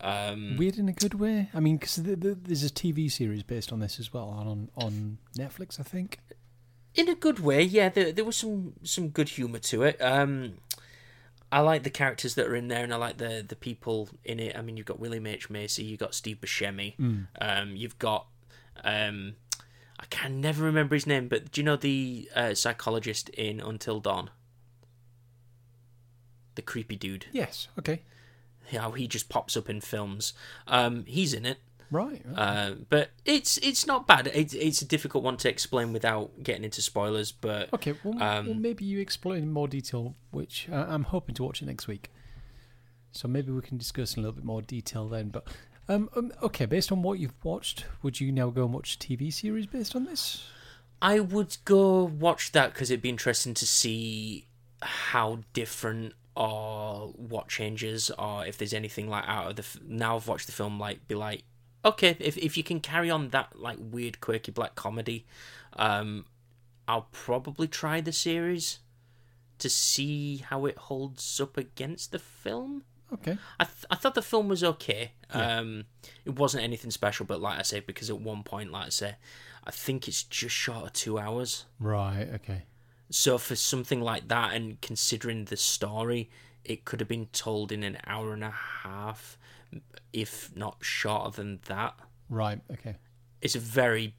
Speaker 2: Um,
Speaker 1: weird in a good way. I mean, because the, the, there's a TV series based on this as well on on Netflix, I think.
Speaker 2: in a good way yeah there, there was some some good humor to it um i like the characters that are in there and i like the the people in it i mean you've got william h macy you've got steve buscemi um you've got um i can never remember his name but do you know the uh, psychologist in until dawn the creepy dude
Speaker 1: Yes. Okay.
Speaker 2: how he just pops up in films um he's in it
Speaker 1: Right. right.
Speaker 2: uh, but it's it's not bad. It's it's a difficult one to explain without getting into spoilers. But
Speaker 1: okay. Well,
Speaker 2: um,
Speaker 1: well, maybe you explain in more detail, which I, I'm hoping to watch it next week. So maybe we can discuss in a little bit more detail then. But um, um, okay, based on what you've watched, would you now go and watch a TV series based on this?
Speaker 2: I would go watch that because it'd be interesting to see how different or what changes or if there's anything like out of the f- now I've watched the film like be like okay if if you can carry on that like weird quirky black comedy um I'll probably try the series to see how it holds up against the film
Speaker 1: Okay.
Speaker 2: I, th- I thought the film was okay. Um, it wasn't anything special, but like I say, because at one point, like I say, I think it's just short of two hours.
Speaker 1: Right. Okay.
Speaker 2: So for something like that, and considering the story, it could have been told in an hour and a half, if not shorter than that.
Speaker 1: Right. Okay.
Speaker 2: It's a very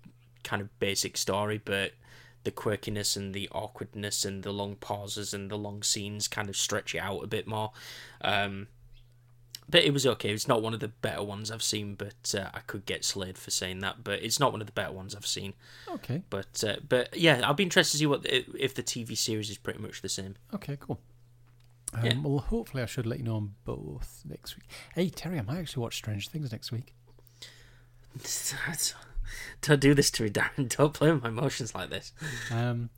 Speaker 2: kind of basic story, but the quirkiness and the awkwardness and the long pauses and the long scenes kind of stretch it out a bit more. Um, but it was okay. It's not one of the better ones I've seen, but uh, I could get slayed for saying that. But it's not one of the better ones I've seen.
Speaker 1: Okay.
Speaker 2: But uh, but yeah, I'll be interested to see what the, if the TV series is pretty much the same.
Speaker 1: Okay, cool. Um,
Speaker 2: Yeah.
Speaker 1: Well, hopefully, I should let you know on both next week. Hey, Terry, I might actually watch Strange Things next week.
Speaker 2: Don't do this to me, Darren. Don't play with my emotions like this.
Speaker 1: Um,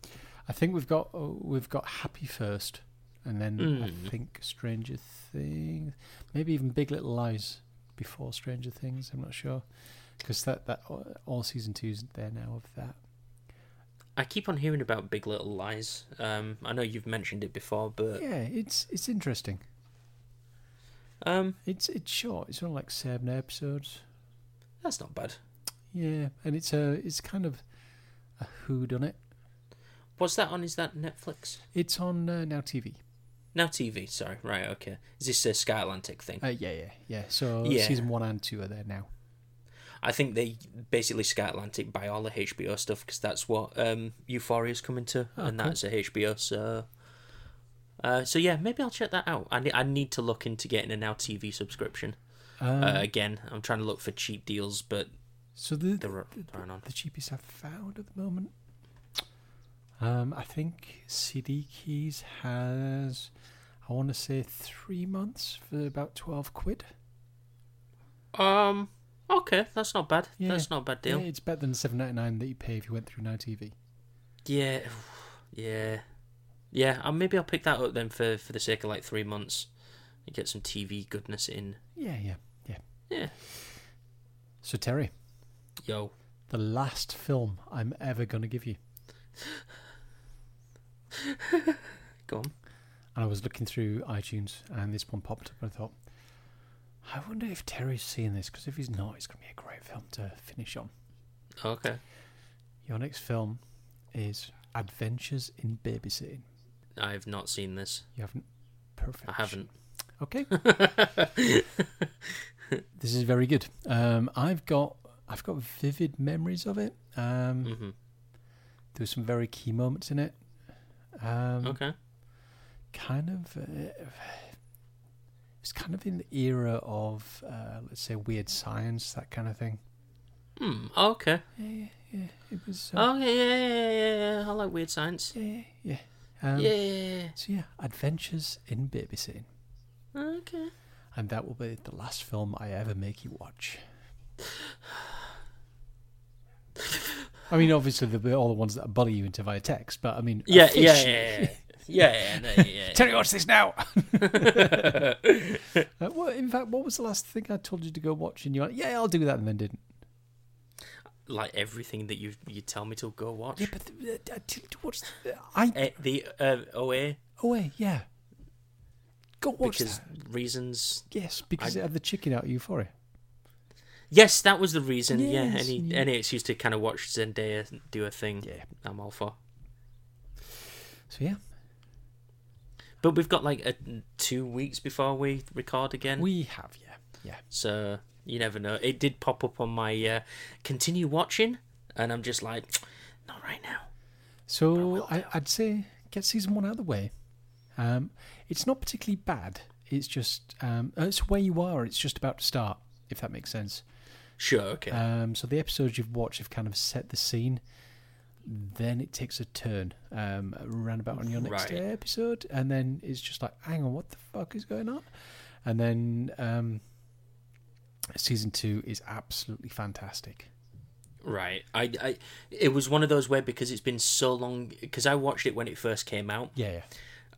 Speaker 1: I think we've got oh, we've got Happy first, and then
Speaker 2: Hmm.
Speaker 1: I think Stranger Things, maybe even Big Little Lies before Stranger Things. I'm not sure because that that uh, all season two's there now of that.
Speaker 2: I keep on hearing about Big Little Lies. Um, I know you've mentioned it before, but
Speaker 1: Yeah, it's it's interesting.
Speaker 2: um,
Speaker 1: It's it's short. It's only like seven episodes.
Speaker 2: that's not bad.
Speaker 1: Yeah, and it's a it's kind of a who done it.
Speaker 2: What's that on? Is that Netflix?
Speaker 1: It's on uh, Now TV.
Speaker 2: Now TV. Sorry. Right. Okay. Is this a Sky Atlantic thing?
Speaker 1: Uh, yeah, yeah, yeah. So
Speaker 2: Yeah.
Speaker 1: season one and two are there now.
Speaker 2: I think they basically Sky Atlantic buy all the HBO stuff because that's what um, Euphoria's coming to, and that's a HBO. So, uh, so yeah, maybe I'll check that out. I need I need to look into getting a Now TV subscription
Speaker 1: Um,
Speaker 2: uh, again. I'm trying to look for cheap deals, but
Speaker 1: so the the,
Speaker 2: there aren't on.
Speaker 1: the cheapest I've found at the moment, um, I think CD Keys has, I want to say three months for about twelve quid.
Speaker 2: Um. Okay, that's not bad.
Speaker 1: Yeah.
Speaker 2: That's not a bad deal.
Speaker 1: Yeah, it's better than seven ninety nine that you pay if you went through Now TV.
Speaker 2: Yeah, yeah, yeah. And maybe I'll pick that up then for for the sake of like three months and get some TV goodness in.
Speaker 1: Yeah, yeah, yeah.
Speaker 2: Yeah.
Speaker 1: So Terry,
Speaker 2: Yo.
Speaker 1: the last film I'm ever going to give you,
Speaker 2: Go on.
Speaker 1: and I was looking through iTunes, and this one popped up, and I thought. I wonder if Terry's seeing this because if he's not, it's going to be a great film to finish on.
Speaker 2: Okay.
Speaker 1: Your next film is Adventures in Babysitting.
Speaker 2: I have not seen this.
Speaker 1: You haven't? Perfect.
Speaker 2: I haven't.
Speaker 1: Okay. this is very good. Um, I've got I've got vivid memories of it. Um,
Speaker 2: hmm
Speaker 1: There were some very key moments in it. Um,
Speaker 2: Okay.
Speaker 1: Kind of. Uh, it's kind of in the era of, uh, let's say, weird science, that kind of thing.
Speaker 2: Hmm. Okay.
Speaker 1: It was. Uh,
Speaker 2: Oh yeah, yeah, yeah, yeah, yeah. I like weird science.
Speaker 1: Yeah. Yeah. Um,
Speaker 2: Yeah. yeah,
Speaker 1: So yeah, Adventures in Babysitting,
Speaker 2: yeah. Okay.
Speaker 1: and that will be the last film I ever make you watch. I mean, obviously, there'll be all the ones that bother you into via text, but I mean,
Speaker 2: Yeah, yeah, yeah,
Speaker 1: officially-
Speaker 2: yeah, yeah. yeah, yeah, yeah, yeah.
Speaker 1: Tell you watch this now. Uh, well, in fact, what was the last thing I told you to go watch? And you went, yeah, I'll do that, and then didn't.
Speaker 2: like everything that you you tell me to go watch.
Speaker 1: Yeah, but the, uh, t- t- what's the, I?
Speaker 2: Eh, the uh, OA
Speaker 1: Oh wait, yeah. Go watch
Speaker 2: because
Speaker 1: that.
Speaker 2: reasons.
Speaker 1: Yes, because it had the chicken out of Euphoria.
Speaker 2: Yes, that was the reason. yeah,
Speaker 1: Yes,
Speaker 2: any
Speaker 1: yeah.
Speaker 2: any excuse to kind of watch Zendaya do a thing.
Speaker 1: Yeah.
Speaker 2: I'm all for.
Speaker 1: So yeah,
Speaker 2: But we've got like a, two weeks before we record again,
Speaker 1: we have yeah, yeah.
Speaker 2: so you never know. It did pop up on my uh, continue watching, and I'm just like, not right now.
Speaker 1: So I, I'd say get season one out of the way. Um, it's not particularly bad. It's just um, it's where you are. It's just about to start, if that makes sense.
Speaker 2: Sure, okay.
Speaker 1: Um, so the episodes you've watched have kind of set the scene. Then it takes a turn um, around about on your next
Speaker 2: Right.
Speaker 1: episode, and then it's just like, hang on, what the fuck is going on? And then um, season two is absolutely fantastic.
Speaker 2: Right. I, I it was one of those where because it's been so long because I watched it when it first came out.
Speaker 1: Yeah, yeah.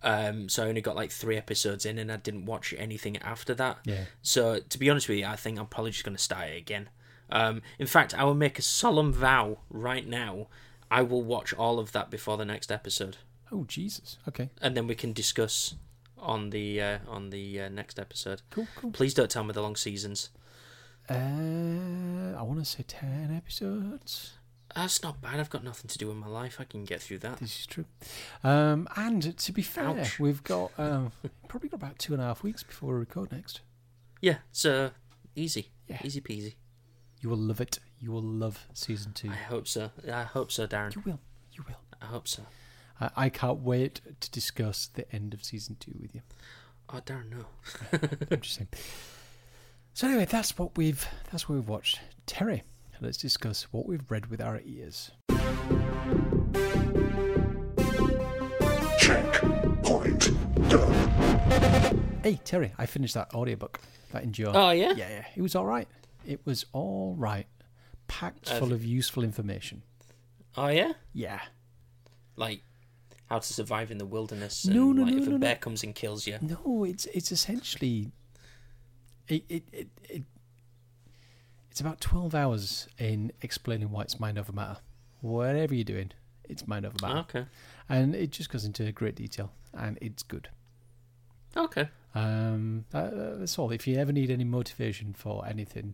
Speaker 2: Um so I only got like 3 episodes in and I didn't watch anything after that.
Speaker 1: Yeah.
Speaker 2: So to be honest with you, I think I'm probably just going to start it again. Um in fact, I will make a solemn vow right now. I will watch all of that before the next episode
Speaker 1: Oh Jesus. Okay.
Speaker 2: and then we can discuss on the uh, on the uh, next episode.
Speaker 1: Cool. Cool.
Speaker 2: Please don't tell me the long seasons.
Speaker 1: Uh, I want to say ten episodes.
Speaker 2: That's not bad. I've got nothing to do in my life. I can get through that.
Speaker 1: This is true. Um, and to be fair,
Speaker 2: Ouch.
Speaker 1: we've got um, probably got about two and a half weeks before we record next.
Speaker 2: Yeah, so easy.
Speaker 1: Yeah.
Speaker 2: Easy peasy.
Speaker 1: You will love it. You will love season two.
Speaker 2: I hope so. I hope so, Darren.
Speaker 1: You will. You will.
Speaker 2: I hope so.
Speaker 1: I, I can't wait to discuss the end of season two with you.
Speaker 2: Oh, Darren, no.
Speaker 1: I'm just saying. So anyway, that's what we've that's what we've watched. Terry, let's discuss what we've read with our ears.
Speaker 3: Check point done.
Speaker 1: Hey Terry, I finished that audiobook. That endure.
Speaker 2: Oh, yeah?
Speaker 1: Yeah, yeah. It was all right. It was all right. Packed full of useful information.
Speaker 2: Oh, yeah?
Speaker 1: Yeah.
Speaker 2: Like, how to survive in the wilderness. And,
Speaker 1: No, no,
Speaker 2: like,
Speaker 1: no,
Speaker 2: If
Speaker 1: no,
Speaker 2: a
Speaker 1: no.
Speaker 2: bear comes and kills you.
Speaker 1: No, it's it's essentially it it, it, it it's about twelve hours in explaining why it's mind over matter. Whatever you're doing, it's mind over matter,
Speaker 2: Ah, Okay.
Speaker 1: and it just goes into great detail, and it's good.
Speaker 2: Okay.
Speaker 1: Um, that- that- that's all. If you ever need any motivation for anything,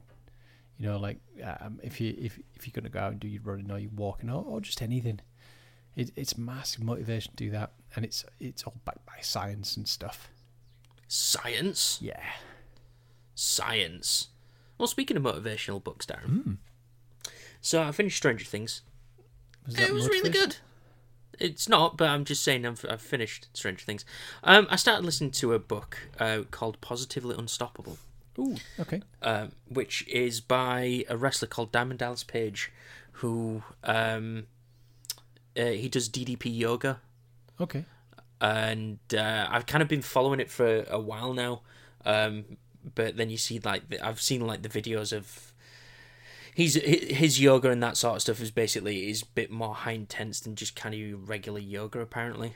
Speaker 1: you know, like um, if you if if you're gonna go out and do your running or you're walking or, or just anything, it, it's massive motivation to do that, and it's it's all backed by science and stuff.
Speaker 2: Science.
Speaker 1: Yeah.
Speaker 2: Science. Well, speaking of motivational books, Darren.
Speaker 1: Hmm.
Speaker 2: So, I finished Stranger Things.
Speaker 1: that
Speaker 2: it was really
Speaker 1: motivation?
Speaker 2: good. It's not, but I'm just saying I've, I've finished Stranger Things. Um, I started listening to a book uh, called Positively Unstoppable.
Speaker 1: Ooh, okay.
Speaker 2: um, which is by a wrestler called Diamond Dallas Page, who um, uh, he does DDP yoga,
Speaker 1: Okay.
Speaker 2: and uh, I've kind of been following it for a while now. Um, but then you see like the, I've seen like the videos of he's hi- his yoga and that sort of stuff is basically is a bit more high intense than just kind of your regular yoga apparently.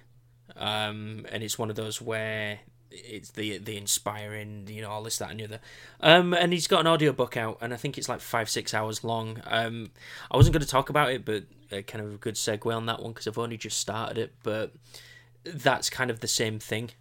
Speaker 2: Um, and it's one of those where it's the the inspiring, you know, all this, that, and the other. Um, and he's got an audiobook out, and I think it's like five, six hours long. Um, I wasn't going to talk about it, but uh, kind of a good segue on that one because I've only just started it. But that's kind of the same thing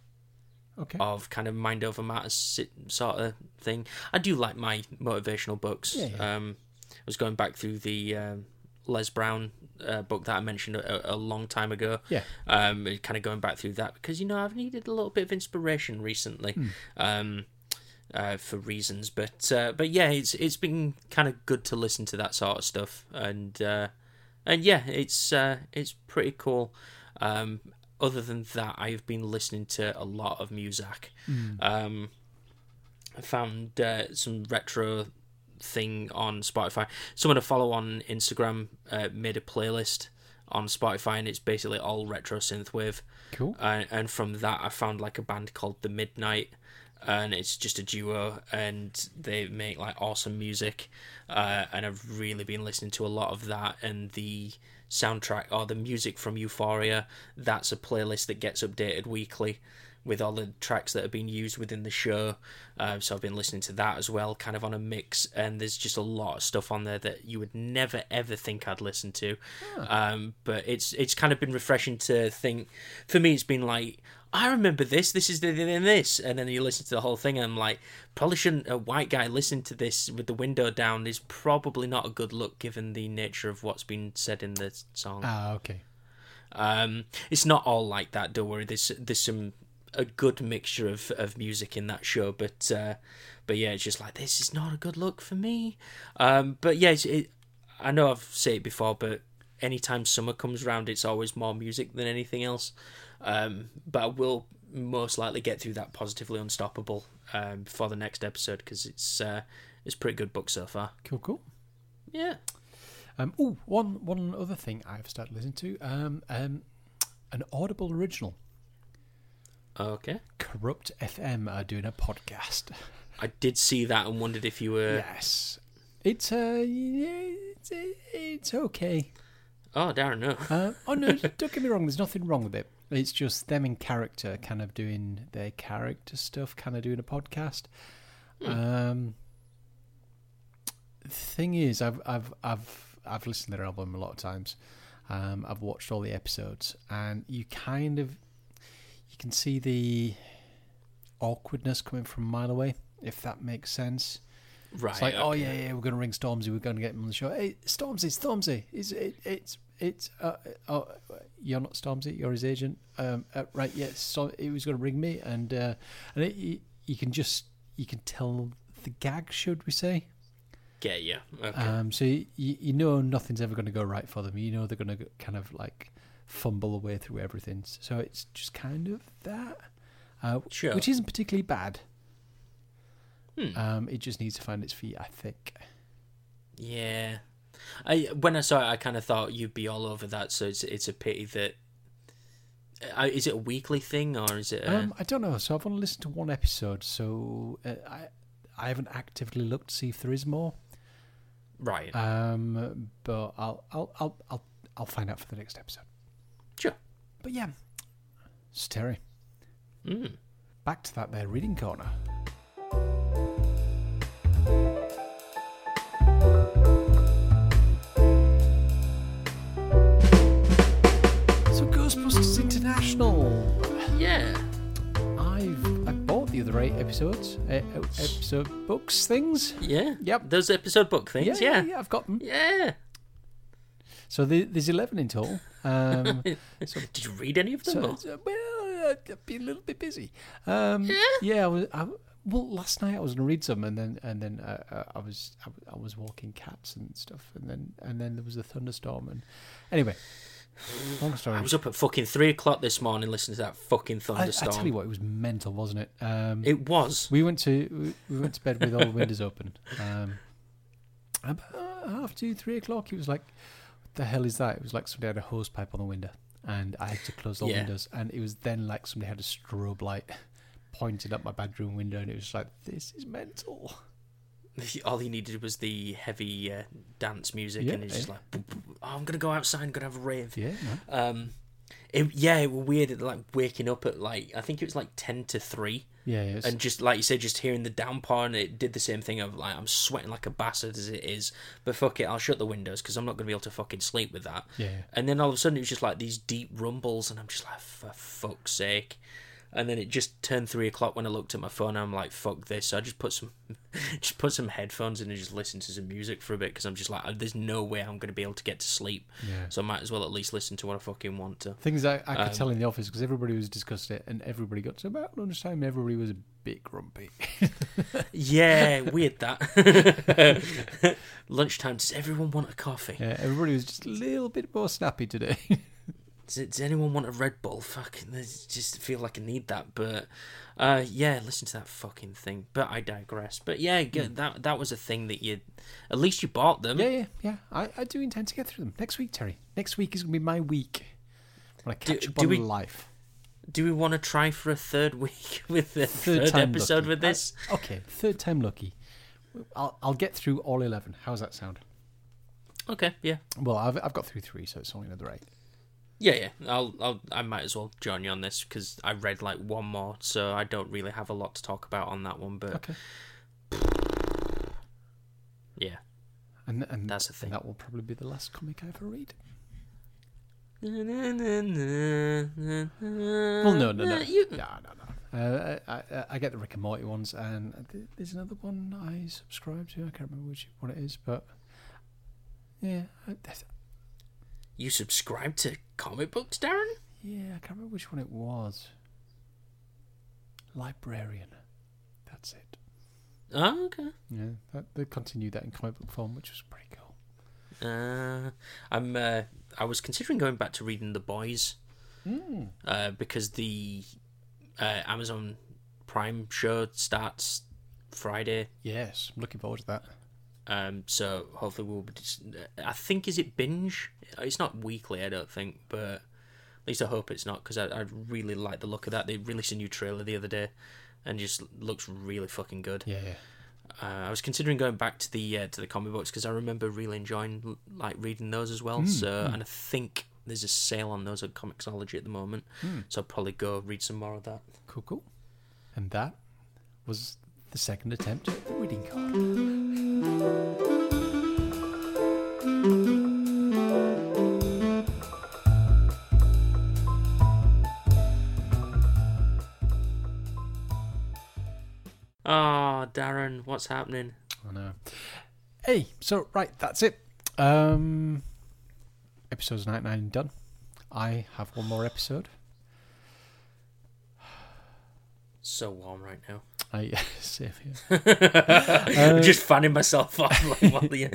Speaker 1: Okay.
Speaker 2: of kind of mind over matter si- sort of thing. I do like my motivational books.
Speaker 1: Yeah, yeah.
Speaker 2: Um, I was going back through the um Les Brown uh, book that I mentioned a, a long time ago.
Speaker 1: Yeah.
Speaker 2: Um, kind of going back through that because you know I've needed a little bit of inspiration recently. Um, uh, for reasons, but uh, but yeah, it's it's been kind of good to listen to that sort of stuff, and uh, and yeah, it's uh, it's pretty cool. Um, other than that, I have been listening to a lot of Muzak. Um, I found uh, some retro thing on Spotify. Someone I follow on Instagram uh, made a playlist on Spotify, and it's basically all retro synthwave.
Speaker 1: Cool.
Speaker 2: Uh, and from that, I found like a band called The Midnight, and it's just a duo, and they make like awesome music. Uh, and I've really been listening to a lot of that, and the soundtrack or the music from Euphoria. That's a playlist that gets updated weekly with all the tracks that have been used within the show. Um, so I've been listening to that as well, kind of on a mix. And there's just a lot of stuff on there that you would never ever think I'd listen to. Um, but it's it's kind of been refreshing to think. For me, it's been like. I remember this. This is the and this, and then you listen to the whole thing, and I'm like, probably shouldn't a white guy listen to this with the window down? Is probably not a good look given the nature of what's been said in the song.
Speaker 1: Ah, okay.
Speaker 2: Um, it's not all like that. Don't worry. There's there's some a good mixture of, of music in that show, but uh, but yeah, it's just like this is not a good look for me. Um, but yeah, it's, it, I know I've said it before, but anytime summer comes round, it's always more music than anything else. Um, but I will most likely get through that positively unstoppable um, for the next episode because it's uh, it's a pretty good book so far.
Speaker 1: Cool, cool.
Speaker 2: Yeah.
Speaker 1: Um, ooh, one one other thing I've started listening to um, um, an Audible original.
Speaker 2: Okay.
Speaker 1: Corrupt FM are doing a podcast.
Speaker 2: I did see that and wondered if you were.
Speaker 1: Yes, it's uh, yeah, it's, it's okay.
Speaker 2: Oh, Darren, no.
Speaker 1: Uh, oh no, don't get me wrong. There's nothing wrong with it. It's just them in character, kind of doing their character stuff, kind of doing a podcast. Um, thing is, I've I've I've I've listened to their album a lot of times. Um, I've watched all the episodes, and you kind of you can see the awkwardness coming from a mile away, if that makes sense.
Speaker 2: Right.
Speaker 1: It's like, oh
Speaker 2: okay.
Speaker 1: yeah, yeah, we're going to ring Stormzy. We're going to get him on the show. Hey, Stormzy, Stormzy, is it? It's it's. Uh, uh, oh, you're not Stormzy. You're his agent. Um, uh, right. Yeah. So he was going to ring me, and uh, and it, you, you can just you can tell the gag, should we say?
Speaker 2: Get you. Okay.
Speaker 1: Um, so you, you you know nothing's ever going to go right for them. You know they're going to kind of like fumble their way through everything. So it's just kind of that, uh,
Speaker 2: Sure.
Speaker 1: which isn't particularly bad.
Speaker 2: Hmm.
Speaker 1: Um, it just needs to find its feet, I think.
Speaker 2: Yeah. I when I saw it, I kind of thought you'd be all over that. So it's it's a pity that. uh, I, is it a weekly thing or is it? A,
Speaker 1: Um, I don't know. So I've only listened to one episode, so uh, I I haven't actively looked to see if there is more.
Speaker 2: right.
Speaker 1: Um, but I'll I'll I'll I'll, I'll find out for the next episode.
Speaker 2: sure.
Speaker 1: But yeah, it's Terry.
Speaker 2: Mm.
Speaker 1: Back to that there reading corner. So Ghostbusters International.
Speaker 2: Yeah.
Speaker 1: I've I bought the other eight episodes, eh, eh, episode books, things.
Speaker 2: Yeah.
Speaker 1: Yep.
Speaker 2: Those episode book things. Yeah.
Speaker 1: yeah,
Speaker 2: Yeah.
Speaker 1: I've got them.
Speaker 2: yeah.
Speaker 1: So the, there's eleven in total. Um,
Speaker 2: Did you read any of them?
Speaker 1: so
Speaker 2: or-
Speaker 1: so, well, I've been a little bit busy. Um, yeah, I was. I, well, last night I was going to read some, and then and then uh, uh, I was I, w- I was walking cats and stuff, and then and then there was a thunderstorm, and anyway, long story.
Speaker 2: I was up at fucking three o'clock this morning listening to that fucking
Speaker 1: I, I
Speaker 2: thunderstorm.
Speaker 1: tell you what, it was mental, wasn't it? Um,
Speaker 2: It was.
Speaker 1: We went to we we went to bed with all the windows open. Um, about half two, three o'clock, it was like, what the hell is that? It was like somebody had a hose pipe on the window, and I had to close all the
Speaker 2: Yeah.
Speaker 1: windows. And it was then like somebody had a strobe light pointed up my bedroom window, and it was like, this is mental.
Speaker 2: All he needed was the heavy uh, dance music,
Speaker 1: Yeah,
Speaker 2: and he's just
Speaker 1: yeah.
Speaker 2: like, "Boop, boop, boop. "Oh, I'm gonna go outside, and gonna have a rave."
Speaker 1: Yeah, man.
Speaker 2: Um, it, yeah, it was weird. Like waking up at like I think it was like ten to three,
Speaker 1: yeah, yeah, it's-
Speaker 2: and just like you said, just hearing the downpour, and it did the same thing of like I'm sweating like a bastard as it is, but fuck it, I'll shut the windows because I'm not gonna be able to fucking sleep with that.
Speaker 1: Yeah.
Speaker 2: And then all of a sudden it was just like these deep rumbles, and I'm just like, for fuck's sake. And then it just turned three o'clock when I looked at my phone. and I'm like, "Fuck this!" So I just put some, just put some headphones in and just listen to some music for a bit because I'm just like, "There's no way I'm going to be able to get to sleep."
Speaker 1: Yeah.
Speaker 2: So I might as well at least listen to what I fucking want to.
Speaker 1: Things I, I could tell in the office because everybody was discussing it, and everybody got to about lunchtime. Everybody was a bit grumpy.
Speaker 2: Yeah, weird that. Lunchtime. Does everyone want a coffee?
Speaker 1: yeah, everybody was just a little bit more snappy today.
Speaker 2: Does, does anyone want a Red Bull? Fuck, I just feel like I need that. But uh, yeah, listen to that fucking thing. But I digress. But yeah, g that that was a thing that you, at least you bought them.
Speaker 1: Hmm. Yeah, yeah, yeah. I, I do intend to get through them next week, Terry. Next week is gonna be my week. When I
Speaker 2: Do-
Speaker 1: catch up
Speaker 2: do
Speaker 1: on
Speaker 2: we-
Speaker 1: life.
Speaker 2: Do we want to try for a third week with the third,
Speaker 1: time
Speaker 2: episode
Speaker 1: lucky.
Speaker 2: with this?
Speaker 1: I- okay, third time lucky. I'll I'll get through all eleven. How's that sound?
Speaker 2: Okay, yeah,
Speaker 1: Well, I've I've got through three, so it's only another eight.
Speaker 2: yeah, yeah. I'll, I'll, I might as well join you on this because I read like one more, so I don't really have a lot to talk about on that one. But
Speaker 1: Okay.
Speaker 2: yeah,
Speaker 1: And and
Speaker 2: That's the thing.
Speaker 1: That will probably be the last comic I ever read.
Speaker 2: Well,
Speaker 1: Well, no, no, no,
Speaker 2: Uh, You...
Speaker 1: no, no, no. Uh, I, I, I get the Rick and Morty ones, and th- there's another one I subscribe to. I can't remember which one it is, but yeah, I, that's-
Speaker 2: you subscribe to comic books, Darren?
Speaker 1: yeah, I can't remember which one it was. Librarian, that's it.
Speaker 2: Oh, okay.
Speaker 1: Yeah, that, they continued that in comic book form, which was pretty cool.
Speaker 2: Uh, I'm. Uh, I was considering going back to reading The Boys uh, because the uh, Amazon Prime show starts Friday.
Speaker 1: Yes, I'm looking forward to that.
Speaker 2: Um, so hopefully we'll be. Just, I think is it binge? It's not weekly, I don't think, but at least I hope it's not because I, I really like the look of that. They released a new trailer the other day, and just looks really fucking good.
Speaker 1: Yeah, yeah.
Speaker 2: Uh, I was considering going back to the uh, to the comic books because I remember really enjoying l- like reading those as well. so and I think there's a sale on those at Comixology at the moment, so I'll probably go read some more of that.
Speaker 1: Cool, cool. And that was the second attempt at the reading card.
Speaker 2: Ah, Darren, what's happening?
Speaker 1: I know. Hey, so right, that's it. Um, episodes nine nine done. I have one more episode.
Speaker 2: So warm right now.
Speaker 1: I save here.
Speaker 2: I'm just fanning myself off. Like, what the...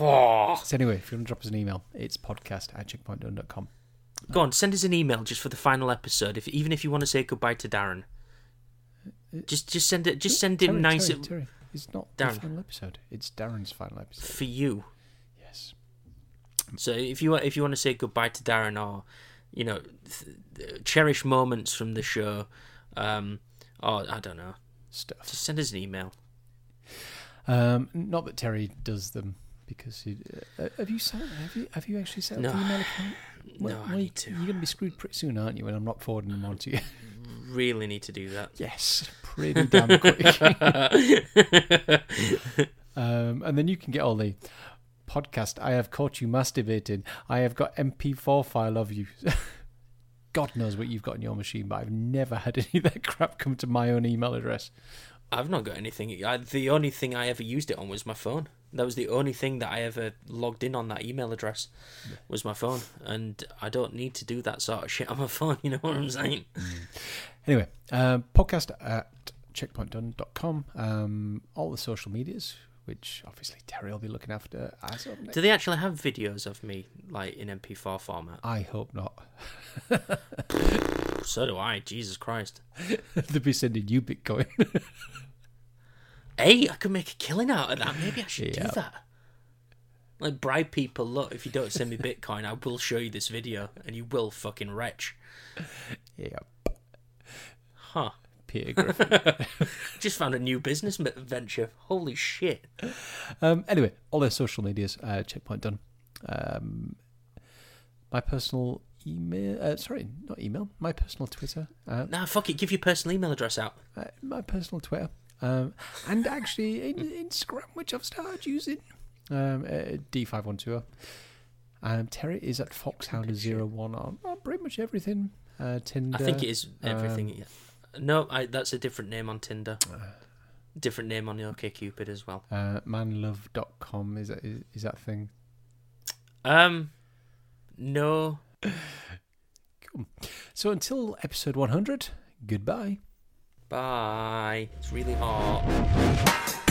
Speaker 2: Oh.
Speaker 1: So anyway, if you want to drop us an email, it's podcast at checkpointdone.com.
Speaker 2: Go on, send us an email just for the final episode. If even if you want to say goodbye to Darren, just just send it. Just send him
Speaker 1: Terry,
Speaker 2: nice
Speaker 1: Terry, Terry, It's not
Speaker 2: Darren.
Speaker 1: the final episode. It's Darren's final episode.
Speaker 2: for you.
Speaker 1: Yes.
Speaker 2: So if you if you want to say goodbye to Darren or you know th- th- cherish moments from the show, um, or I don't know,
Speaker 1: Stuff.
Speaker 2: just send us an email.
Speaker 1: Um, not that Terry does them because he, uh, have you set, have you have you actually set up
Speaker 2: No.
Speaker 1: the email account?
Speaker 2: No, I need to.
Speaker 1: You're going to be screwed pretty soon, aren't you? When I'm not forwarding them on to you.
Speaker 2: Really need to do that.
Speaker 1: Yes, pretty damn quick. um, and then you can get all the podcast. I have caught you masturbating. I have got MP4 file of you. God knows what you've got in your machine, but I've never had any of that crap come to my own email address.
Speaker 2: I've not got anything. I, the only thing I ever used it on was my phone. That was the only thing that I ever logged in on that email address was my phone, and I don't need to do that sort of shit on my phone. You know what I'm saying?
Speaker 1: Anyway, um, podcast at checkpointdone.com. Um, all the social medias, which obviously Terry will be looking after as of next.
Speaker 2: Do they actually have videos of me like in MP4 format?
Speaker 1: I hope not.
Speaker 2: So do I. Jesus Christ.
Speaker 1: They'll be sending you Bitcoin.
Speaker 2: hey, I could make a killing out of that. Maybe I should
Speaker 1: Yeah.
Speaker 2: do that. Like bribe people. Look, if you don't send me Bitcoin, I will show you this video, and you will fucking wretch.
Speaker 1: yeah,
Speaker 2: Huh?
Speaker 1: Peter Griffin.
Speaker 2: Just found a new business m- venture. Holy shit!
Speaker 1: Um, anyway, all their social medias, uh, checkpoint done. Um, my personal email, uh, sorry, not email, my personal Twitter, uh,
Speaker 2: Nah, fuck it. Give your personal email address out.
Speaker 1: uh, my personal Twitter, um, and actually in, Instagram, which I've started using, um, uh, D512. Um, Terry is at Foxhound01 on on pretty much everything. Uh, Tinder.
Speaker 2: I think it is everything. yeah. No, I, that's a different name on Tinder. Different name on OkCupid as well.
Speaker 1: Uh, manlove.com is that, is, is that thing.
Speaker 2: Um, no.
Speaker 1: So until episode 100, goodbye.
Speaker 2: Bye. It's really hot.